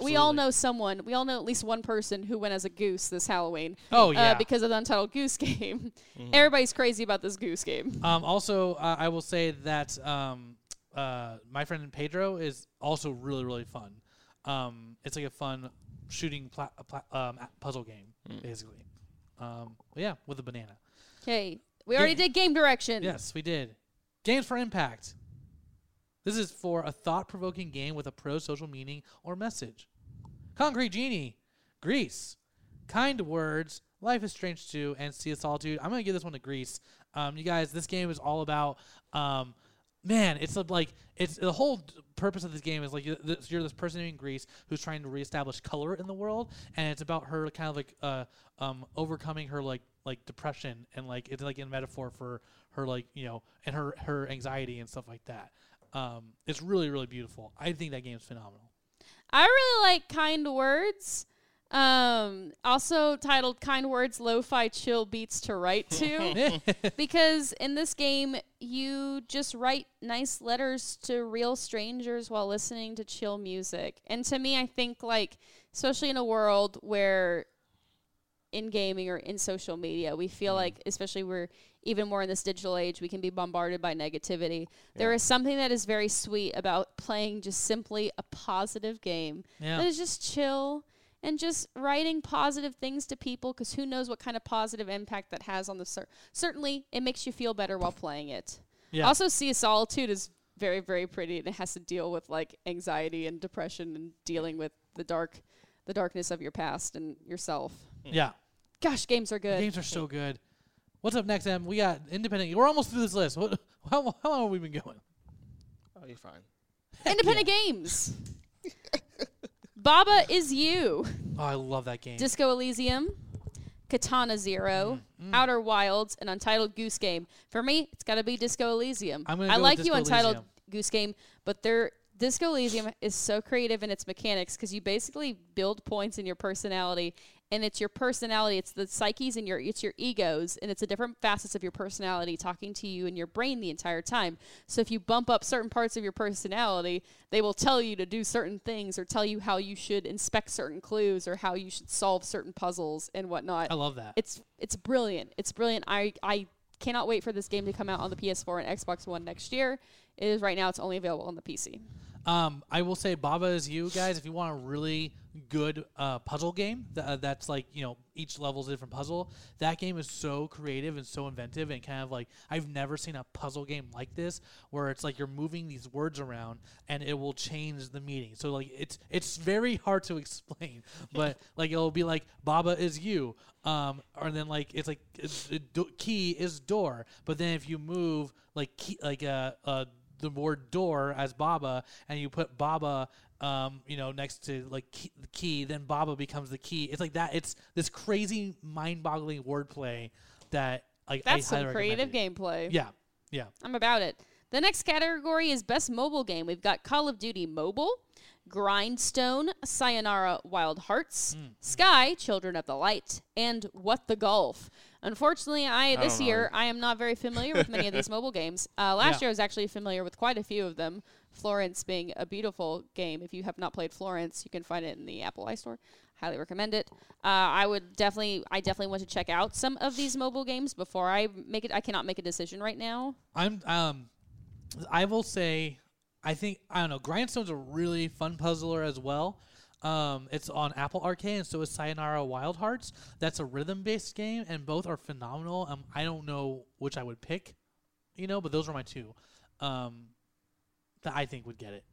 B: we all
A: Absolutely.
B: know someone. We all know at least one person who went as a goose this Halloween.
A: Oh, yeah. Mm-hmm.
B: uh, because of the Untitled Goose Game. Everybody's crazy about this Goose Game.
A: Um, also, uh, I will say that um, uh, my friend Pedro is also really, really fun. Um, it's like a fun shooting pla- uh, pla- um, a- puzzle game, basically. Um, but yeah, with a banana.
B: Okay, we already did game direction.
A: Yes, we did. Games for Impact. This is for a thought provoking game with a pro social meaning or message. Concrete Genie, Grease, Kind Words, Life is Strange 2, and Sea of Solitude. I'm going to give this one to Grease. Um, you guys, this game is all about um, man, it's a, like it's the whole d- purpose of this game is like you're this, you're this person in Greece who's trying to reestablish color in the world, and it's about her kind of like uh um overcoming her like like depression and like it's like in metaphor for her like you know and her her anxiety and stuff like that. Um, it's really really beautiful. I think that game's phenomenal.
B: I really like Kind Words. Um, also titled Kind Words Lo-Fi Chill Beats to Write To because in this game you just write nice letters to real strangers while listening to chill music. And to me I think like especially in a world where in gaming or in social media, we
A: Mm.
B: feel like especially we're even more in this digital age, we can be bombarded by negativity. There is something that is very sweet about playing just simply a positive game
A: Yeah.
B: that is just chill and just writing positive things to people because who knows what kind of positive impact that has on the cer- certainly it makes you feel better while playing it
A: yeah.
B: also sea of solitude is very very pretty and it has to deal with like anxiety and depression and dealing with the dark the darkness of your past and yourself
A: yeah.
B: gosh games are
A: The
B: good
A: games are so good. What's up next, Em? We got independent. We're almost through this list. What, how, how long have we been going?
C: Oh, you're fine.
B: independent games baba is you
A: Oh, I love that game.
B: Disco Elysium, Katana 0
A: Mm,
B: Outer Wilds, and Untitled Goose Game. For me, it's got to be Disco Elysium.
A: I'm gonna go
B: I
A: with
B: like you,
A: Disco
B: Untitled
A: Elysium.
B: Goose Game, but their Disco Elysium is so creative in its mechanics because you basically build points in your personality, and it's your personality, it's the psyches and your it's your egos, and it's the different facets of your personality talking to you in your brain the entire time. So if you bump up certain parts of your personality, they will tell you to do certain things or tell you how you should inspect certain clues or how you should solve certain puzzles and whatnot.
A: I love that.
B: It's it's brilliant. It's brilliant. I I cannot wait for this game to come out on the PS4 and Xbox One next year. It is right now. It's only available on the PC.
A: Um, I will say, Baba is you guys. If you want a really good uh, puzzle game th- uh, that's like you know each level's a different puzzle, that game is so creative and so inventive and kind of like I've never seen a puzzle game like this where it's like you're moving these words around and it will change the meaning. So like it's it's very hard to explain, but like it'll be like Baba is you, um, or then like it's like it's, uh, do- key is door, but then if you move like key like uh, uh the word door as Baba, and you put Baba, um, you know, next to like key, the key, then Baba becomes the key. It's like that. It's this crazy, mind-boggling wordplay that like I
B: That's some
A: highly recommend
B: creative
A: it.
B: gameplay.
A: Yeah, yeah.
B: I'm about it. The next category is best mobile game. We've got Call of Duty Mobile, Grindstone, Sayonara Wild Hearts, Sky, Children of the Light, and What the Golf. Unfortunately, I, this
C: know.
B: year I am not very familiar with many of these mobile games. Uh, last
A: Yeah.
B: year I was actually familiar with quite a few of them. Florence being a beautiful game. If you have not played Florence, you can find it in the Apple iStore. Highly recommend it. Uh, I would definitely, I definitely want to check out some of these mobile games before I make it. I cannot make a decision right now.
A: I'm um, I will say, I think I don't know. Grindstone's a really fun puzzler as well. Um, it's on Apple Arcade, and so is Sayonara Wild Hearts. That's a rhythm-based game, and both are phenomenal. Um, I don't know which I would pick, you know, but those are my two, um, that I think would get it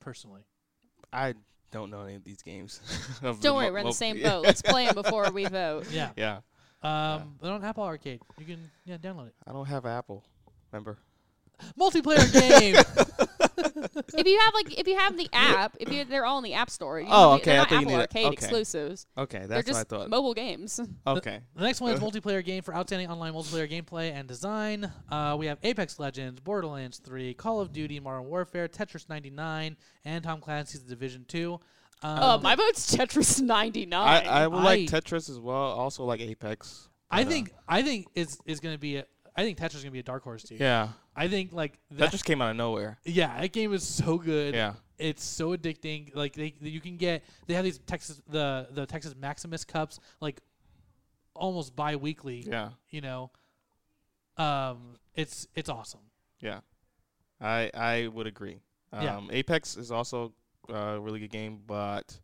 A: personally.
C: I don't know any of these games.
B: Don't worry, we're in the same boat. Let's play them before we vote.
A: Yeah,
C: Yeah,
A: um, but on Apple Arcade, you can yeah download it.
C: I don't have Apple. Remember?
A: Multiplayer game.
B: If you have like, if you have the app, if you, they're all in the app store. You
C: Oh,
B: know,
C: okay,
B: They're
C: I
B: not
C: thought you
B: Apple
C: needed-
B: Arcade
C: okay.
B: exclusives.
C: Okay,
B: They're
C: that's what I
B: just
C: thought.
B: mobile games.
A: Oh.
C: okay.
A: The next
C: Uh.
A: one is multiplayer game for outstanding online multiplayer gameplay and design. Uh, we have Apex Legends, Borderlands 3, Call of Duty, Modern Warfare, Tetris 99, and Tom Clancy's The Division 2. Um,
B: Uh, my vote's Tetris 99.
C: I, I would
A: I-
C: like Tetris as well. Also like Apex.
A: I
C: but, uh,
A: think I think is is going to be a, I think Tetris is going to be a dark horse too.
C: Yeah,
A: I think like
C: that
A: that,
C: just came out of nowhere.
A: yeah, that game is so good.
C: Yeah.
A: It's so addicting. Like they you can get they have these Texas the the Texas Maximus cups like almost bi-weekly,
C: Yeah.
A: you know. Um it's it's awesome.
C: Yeah, I I would agree. Um,
A: Yeah.
C: Apex is also uh, a really good game, but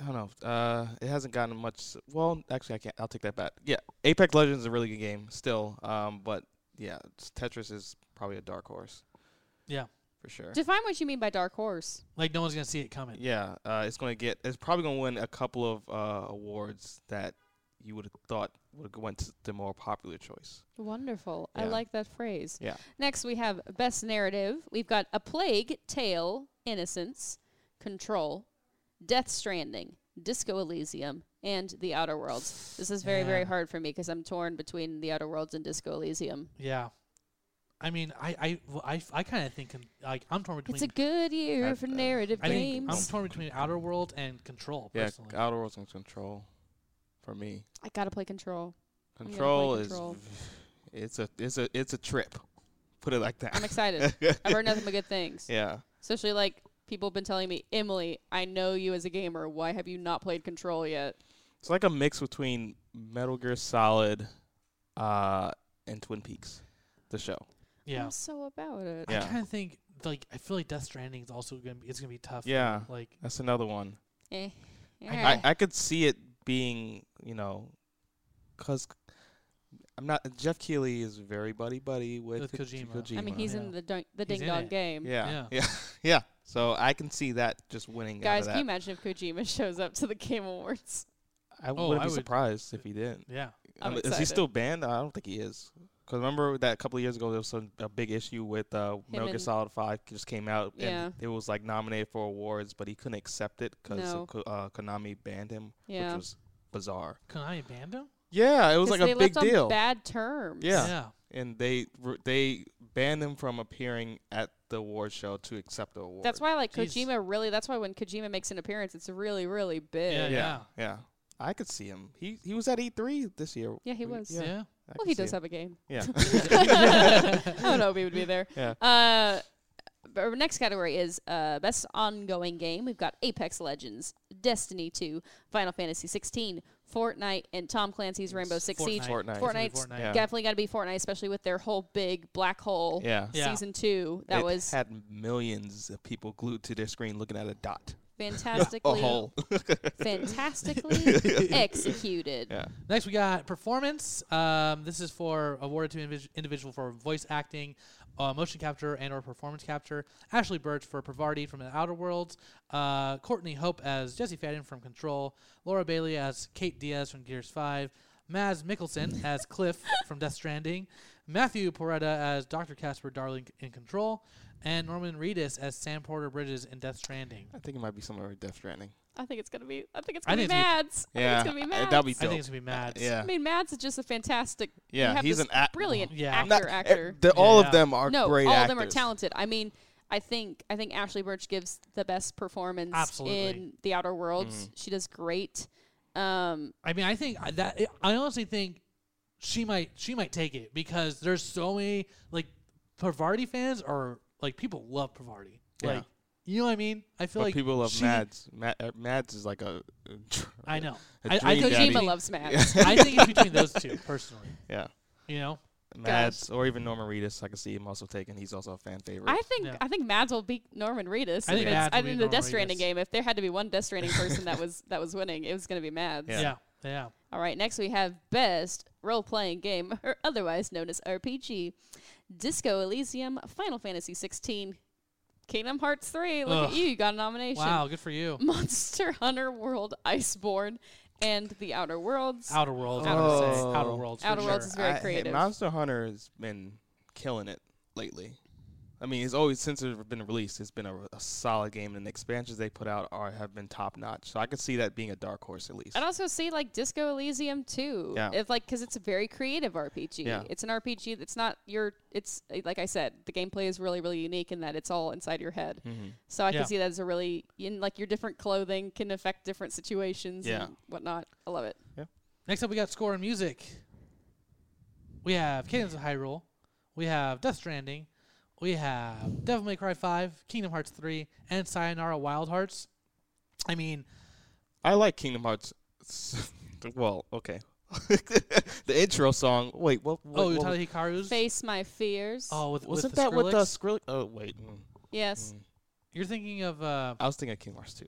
C: I don't know. Uh, it hasn't gotten much. s- Well, actually, I can't. I'll take that back. Yeah, Apex Legends is a really good game still. Um, but yeah, it's- Tetris is probably a dark horse.
A: Yeah.
C: for sure.
B: Define what you mean by dark horse.
A: Like no one's gonna see it coming.
C: Yeah, uh, it's gonna get. It's probably gonna win a couple of uh, awards that you would have thought would have went to the more popular choice.
B: Wonderful. I
C: Yeah.
B: like that phrase.
C: Yeah.
B: Next, we have best narrative. We've got A Plague Tale, Innocence, Control, Death Stranding, Disco Elysium, and The Outer Worlds. This is very, very
A: Yeah.
B: hard for me because I'm torn between The Outer Worlds and Disco Elysium.
A: Yeah. I mean, I I well, I, I kind of think um, like I'm torn between
B: It's a good year
C: I-
B: for
C: uh,
B: narrative
A: I think I'm
B: games.
A: torn between Outer World and Control
C: Yeah, uh,
A: personally.
C: Outer Worlds and Control, for me,
B: I gotta play Control. gonna Oh, play
C: Control is
B: Control.
C: it's a it's a it's a trip. Put it like that.
B: I'm excited. I've heard nothing but good things.
C: yeah,
B: Especially like people have been telling me, Emily, I know you as a gamer. Why have you not played Control yet?
C: it's like a mix between Metal Gear Solid, uh, and Twin Peaks, the show.
A: yeah.
B: I'm so about it.
A: I
C: Yeah.
A: kind of think like I feel like Death Stranding is also gonna be it's gonna be tough. for me.
C: Yeah.
A: Like
C: That's another one.
B: Eh.
A: I-
C: I,
B: Alright.
C: I could see it being, you know, because I'm not. Jeff Keighley is very buddy buddy with,
A: With
C: Ko-
A: Kojima.
B: I mean, he's in
A: Yeah.
B: the dun- the
A: He's
B: ding
A: in
B: dong
A: it.
B: game.
C: yeah,
A: Yeah.
C: yeah, yeah, So I can see that just winning. out
B: Guys,
C: of
B: can you
C: that.
B: imagine if Kojima shows up to the Game Awards?
C: I
A: Oh,
C: wouldn't
A: I
C: be
A: would-
C: surprised if he didn't.
A: yeah.
B: I'm
C: Um, is he
B: excited.
C: still banned? I don't think he is. Cause remember that a couple of years ago there was some, a big issue with uh, Metal Gear
B: and-
C: Solid Five just came out
B: Yeah.
C: and it was like nominated for awards, but he couldn't accept it because
B: No.
C: uh, Konami banned him,
B: Yeah.
C: which was bizarre.
A: Konami banned him.
C: Yeah, it was
B: 'Cause
C: like
B: they
C: a big
B: left
C: deal.
B: On bad terms.
C: Yeah.
A: Yeah.
C: and they r- they banned him from appearing at the award show to accept the award.
B: That's why, like,
A: Jeez.
B: Kojima really, that's why when Kojima makes an appearance, it's really, really big.
A: Yeah,
C: Yeah, yeah. I could see him. He he was at E3 this year.
B: Yeah, he was.
A: Yeah. yeah.
C: I
B: Well,
C: could
B: he
C: see
B: does
C: him.
B: have a game.
C: Yeah.
B: I don't know if he would be there.
C: Yeah.
B: Uh, but our next category is uh, best ongoing game. We've got Apex Legends, Destiny 2, Final Fantasy 16, Fortnite, and Tom Clancy's Rainbow Six Siege.
C: Fortnite.
B: Fortnite's
A: Fortnite.
C: Yeah.
B: definitely got to be Fortnite, especially with their whole big black hole
C: yeah.
A: Yeah.
B: season two. That
C: It
B: was
C: had millions of people glued to their screen looking at a dot. Oh. A
B: fantastically,
C: hole.
B: fantastically executed.
C: Yeah.
A: Next, we got performance. Um, this is for awarded to individ- individual for voice acting, uh, motion capture, and/or performance capture. Ashley Birch for Pravarti from The Outer Worlds. Uh, Courtney Hope as Jesse Fadden from Control. Laura Bailey as Kate Diaz from Gears Five. Maz Mickelson as Cliff from Death Stranding. Matthew Poretta as Dr. Casper Darling in Control. And Norman Reedus as Sam Porter Bridges in Death Stranding.
C: I think it might be somewhere with Death Stranding.
B: I think it's gonna be. I think it's
A: I
B: gonna be
A: think
B: Mads.
C: Yeah,
B: I think it's gonna be
C: I-
B: Mads.
C: that'd be
A: I
C: Dope.
A: think it's going to be Mads.
B: I
C: Yeah.
B: mean, Mads is just a fantastic. you
C: Yeah,
B: have
C: he's
B: this
C: an act-
B: brilliant
A: Yeah.
B: actor.
C: Not-
B: actor.
C: eh, the- all
A: Yeah.
C: of them are
B: no,
C: great
B: all
C: actors.
B: of them are talented. I mean, I think I think Ashley Birch gives the best performance
A: Absolutely.
B: in The Outer Worlds.
C: Mm-hmm.
B: She does great. Um,
A: I mean, I think I- that I honestly think she might she might take it because there's so many like Pavarti fans are like people love Pavarti.
C: Yeah.
A: Like you know what I mean? I feel
C: But
A: like
C: people love
A: she-
C: Mads. Ma- uh, Mads is like a.
A: I know.
C: A
A: I, I
C: dream
A: think
C: daddy.
A: it's
B: Kojima
A: between-
B: loves Mads.
A: I think it's between those two personally.
C: Yeah.
A: You know?
C: Mads or even Norman Reedus. I can see him also taken. He's also a fan favorite.
B: I think
A: Yeah.
B: I think Mads will beat Norman Reedus.
A: I think
B: if it's-
A: Mads will
B: I
A: beat
B: think the
A: Norman
B: Death Stranding
A: Reedus.
B: game. If there had to be one Death Stranding person that was that was winning, it was going to be Mads.
A: Yeah.
C: Yeah.
A: Yeah.
B: All right, next we have best role playing game, or otherwise known as RPG, Disco Elysium, Final Fantasy 16, Kingdom Hearts 3. Look
A: Ugh.
B: at you, you got a nomination.
A: Wow, good for you.
B: Mm. Monster Hunter World, Iceborne, and The Outer Worlds.
A: Outer Worlds. I
C: Oh.
A: would say. Outer Worlds. for
B: Outer Worlds
A: sure.
B: is very
C: I- hey,
B: creative.
C: Monster Hunter has been killing it lately. I mean, it's always since it's been released, it's been a, a solid game, and the expansions they put out are have been top notch. So I could see that being a dark horse at least.
B: I'd also see like Disco Elysium too.
C: Yeah.
B: If like because it's a very creative RPG.
C: Yeah.
B: It's an RPG that's not your. It's uh, like I said, the gameplay is really really unique in that it's all inside your head. So I
A: Mm-hmm. Yeah.
B: can see that as a really in like your different clothing can affect different situations
C: Yeah.
B: and whatnot. I love it.
A: Next up, we got score and music. We have Cadence of Hyrule. We have Death Stranding. We have Devil May Cry 5, Kingdom Hearts 3, and Sayonara Wild Hearts. I mean,
C: I like Kingdom Hearts. well, okay. the intro song. Wait, what? what
A: oh,
C: what-
A: Utada Hikaru's.
B: Face my fears.
A: Oh, with,
C: wasn't
A: with the
C: that
A: Skrillex?
C: with the Skrillex? Oh, wait. mm,
B: yes.
C: mm.
A: You're thinking of, uh,
C: I was thinking of Kingdom Hearts too.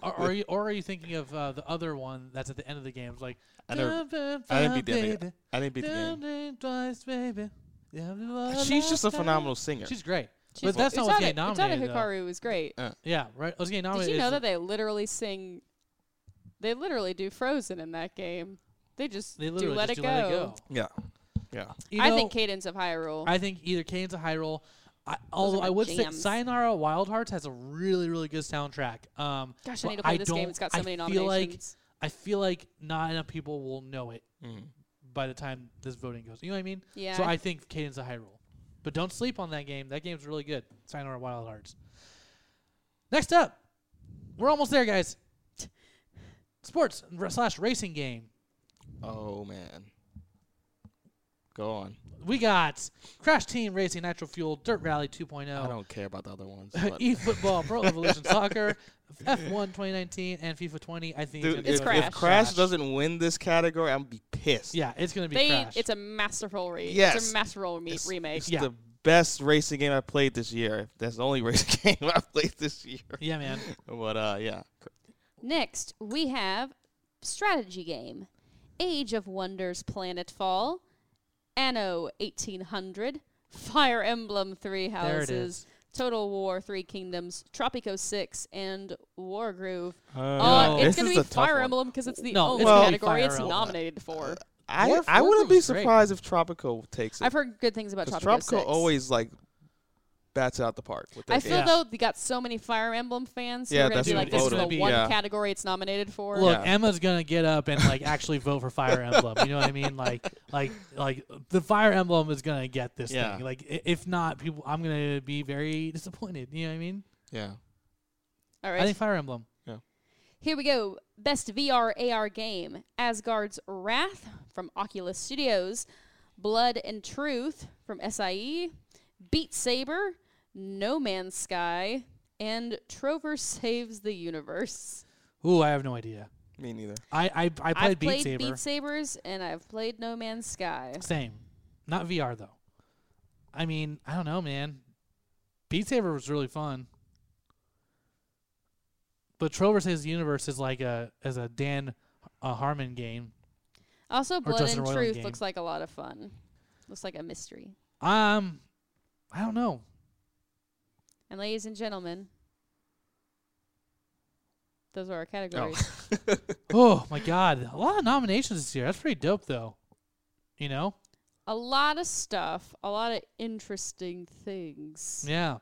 A: or, are you, or are you thinking of uh, the other one that's at the end of the game? It's like,
C: I never-
A: dun, dun,
C: I didn't beat
A: dun,
C: the end
A: baby,
C: I didn't beat the
A: dun,
C: game.
A: dun, twice, baby. Yeah, la,
C: She's just
A: la,
C: a
A: la.
C: phenomenal singer.
A: She's great.
B: She's-
A: but that's not what's
B: Utada-
A: getting nominated.
B: Utada
A: though.
B: Hikaru was great.
C: Uh,
A: Oh, Yeah, right. What's getting
B: Did
A: nominated?
B: you know
A: is
B: that they literally sing They literally do Frozen in that game. They just
A: They
B: do
A: literally
B: let,
A: just
B: it,
A: do
B: go.
A: let it go.
C: Yeah. Yeah.
A: You
B: I
A: know,
B: think Cadence of Hyrule.
A: I think either Canes or Hyrule. I, although
B: my
A: I would
B: jams.
A: say Sayonara Wild Hearts has a really really good soundtrack. Um,
B: Gosh, I
A: but
B: need to play this game.
A: don't-
B: It's got so
A: I
B: many
A: feel like
B: nominations.
A: I feel like not enough people will know it
C: Mhm.
A: by the time this voting goes. You know what I mean?
B: yeah.
A: So I think Cadence of Hyrule. But don't sleep on that game. That game's really good. Sayonara Wild Hearts. Next up, we're almost there, guys. Sports r- slash racing game.
C: Oh man. Go on.
A: We got Crash Team Racing Natural Fuel Dirt Rally 2.0.
C: I don't care about the other ones. but-
A: eFootball, Pro Evolution Soccer, F1 2019, and FIFA 20. I think
C: Dude,
A: it's,
B: It's
C: if,
A: gonna be
C: if
B: Crash.
C: Crash doesn't win this category, I'm gonna be pissed.
A: yeah, it's gonna be
B: they
A: Crash.
B: it's a masterful re- it's
C: Yes.
B: a masterful me-
C: It's-
B: remake.
C: It's
A: Yeah.
C: the best racing game I played this year. That's the only racing game I played this year.
A: yeah, man.
C: But uh, yeah,
D: Next, we have strategy game Age of Wonders Planetfall,
B: Anno 1800, Fire Emblem Three
A: There it
B: Houses,
A: is.
B: Total War Three Kingdoms, Tropico Six, and Wargroove.
A: no.
B: Uh,
A: This
B: it's going to be Fire Emblem because it's the
A: No,
B: only
A: it's gonna be
B: category
A: Fire
B: it's
A: Emblem.
B: nominated for.
C: I,
A: Warf-
C: I wouldn't be
A: Warfield's great.
C: surprised if Tropico takes it.
B: I've heard good things about
C: 'cause
B: Tropico, 6.
C: always like bats it out the park. With
B: I
C: that
B: feel
C: game.
A: Yeah.
B: though they got so many Fire Emblem fans. who
C: Yeah,
B: are gonna
C: that's
B: be
A: who
B: like, this is
A: voted.
B: the
A: Yeah.
B: one category it's nominated for.
A: Look,
C: Yeah.
A: Emma's gonna get up and like actually vote for Fire Emblem. You know what I mean? Like, like, like the Fire Emblem is gonna get this
C: Yeah.
A: thing. Like, i- if not, people, I'm gonna be very disappointed. You know what I mean?
C: yeah.
A: I
B: All right,
A: think Fire Emblem.
D: Here we go. Best VR AR game Asgard's Wrath from Oculus Studios, Blood and Truth from
B: E,
D: SIE, Beat Saber, No Man's Sky, and Trover Saves the Universe.
A: Ooh, I have no idea.
C: Me neither.
A: I I, I played,
D: I've
A: Beat
D: played
A: Saber.
D: Beat Sabers and I've played No Man's Sky.
A: Same, not VR though. I mean, I don't know, man. Beat Saber was really fun, but Trover Saves the Universe is like a as a Dan uh, Harmon game.
D: Also, Blood
A: Justin
D: and
A: Roiland
D: Truth
A: game.
D: looks like a lot of fun. Looks like a mystery.
A: Um, I don't know.
D: And ladies and gentlemen,
B: those are our
C: Oh.
B: categories.
A: oh my god, a lot of nominations this year. That's pretty dope, though. You know,
B: A lot of stuff, a lot of interesting things.
A: yeah.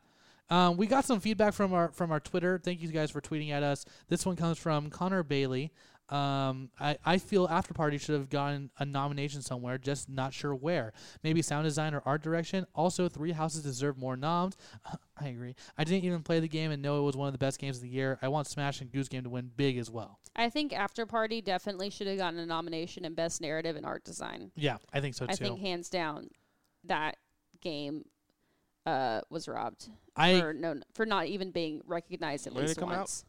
A: Um, we got some feedback from our from our Twitter. Thank you guys for tweeting at us. This one comes from Connor Bailey. Um, I, I feel After Party should have gotten a nomination somewhere, just not sure where. Maybe sound design or art direction. Also, Three Houses deserve more noms. I agree. I didn't even play the game and know it was one of the best games of the year. I want Smash and Goose Game to win big as well.
B: I think After Party definitely should have gotten a nomination in Best Narrative and Art Design.
A: Yeah, I think so too.
B: I think hands down, that game uh, was robbed
A: I
B: for no for not even being recognized at
C: When did
B: least
C: it come out?
B: once.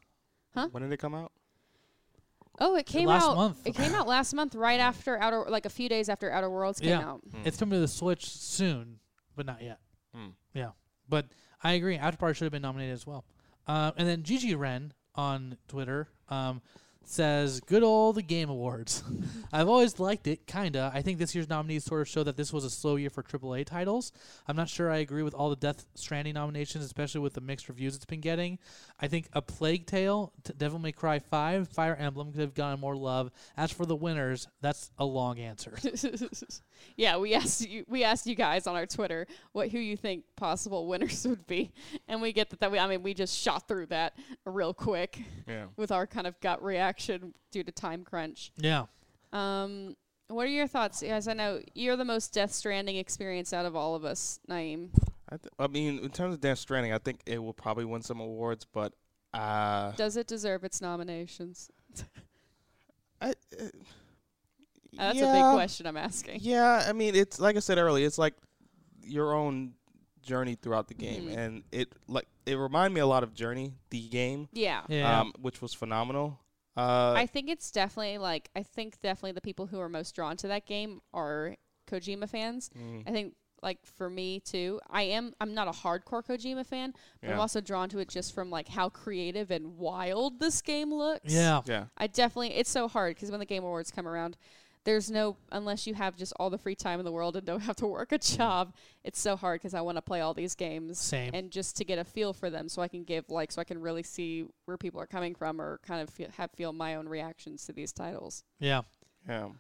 B: Huh?
C: When did it come out?
B: Oh, it came
A: last
B: out.
A: month.
B: It came out last month, right after Outer, like a few days after Outer Worlds came
A: Yeah.
B: out.
A: It's coming to the Switch soon, but not yet.
C: Hmm.
A: Yeah, but I agree. After Party should have been nominated as well. Uh, and then Gigi Ren on Twitter um, says, "Good old the Game Awards. I've always liked it, kinda. I think this year's nominees sort of show that this was a slow year for AAA titles. I'm not sure I agree with all the Death Stranding nominations, especially with the mixed reviews it's been getting. I think A Plague Tale, T- Devil May Cry 5, Fire Emblem could have gotten more love. As for the winners, that's a long answer."
B: yeah, we asked you. We asked you guys on our Twitter what who you think possible winners would be, and we get that. That we, I mean, we just shot through that real quick
C: Yeah.
B: with our kind of gut reaction due to time crunch.
A: yeah.
B: Um, what are your thoughts, guys? I know you're the most Death Stranding experience out of all of us, Naeem.
C: I, th- I mean, in terms of Death Stranding, I think it will probably win some awards, but uh,
B: Does it deserve its nominations?
C: I, uh,
B: Uh, that's a
C: yeah.
B: big question I'm asking.
C: Yeah, I mean, it's like I said earlier, it's like your own journey throughout the game,
B: Mhm.
C: and it like it reminded me a lot of Journey, the game,
B: Yeah.
A: Yeah.
C: um, which was phenomenal. Uh,
B: I think it's definitely like I think definitely the people who are most drawn to that game are Kojima fans.
C: mm,
B: I think like for me too, I am I'm not a hardcore Kojima fan, but I'm
C: Yeah.
B: also drawn to it just from like how creative and wild this game looks.
A: yeah.
C: yeah,
B: I definitely it's so hard because when the game awards come around, There's no unless you have just all the free time in the world and don't have to work a job. It's so hard because I want to play all these games
A: Same.
B: and just to get a feel for them, so I can give like so I can really see where people are coming from or kind of feel, have feel my own reactions to these titles.
A: Yeah.
C: Yeah.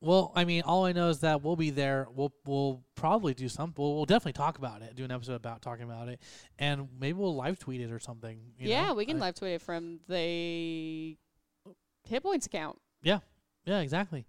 A: Well, I mean, all I know is that we'll be there. We'll we'll probably do some. We'll, we'll definitely talk about it. Do an episode about talking about it, and maybe we'll live tweet it or something. you
B: yeah,
A: know?
B: we can
A: I-
B: live tweet it from the hit points account.
A: Yeah, exactly.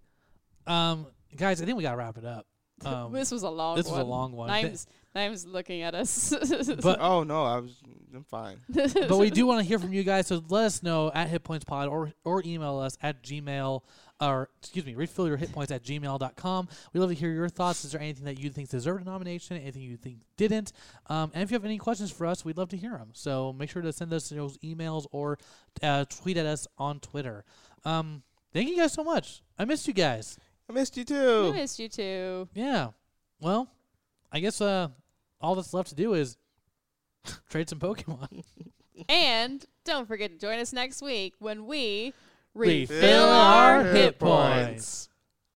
A: Um, guys, I think we gotta wrap it up. Um,
B: this was a long.
A: this
B: one.
A: was a long one. Th-
B: Name's, name's looking at us.
A: But-
C: oh no, I was. I'm fine.
A: but we do want to hear from you guys, so let us know at hitpointspod or or email us at gmail or excuse me, refill your hitpoints at gmail.com. We love to hear your thoughts. Is there anything that you think deserved a nomination? Anything you think didn't? Um, and if you have any questions for us, we'd love to hear them. So make sure to send us those emails or uh, tweet at us on Twitter. Um, thank you guys so much. I missed you guys.
C: I missed you
B: I
C: too.
B: missed you too.
A: Yeah. Well, I guess uh, all that's left to do is trade some Pokemon.
B: And don't forget to join us next week when we
A: Refill
C: Fill
A: our hit points.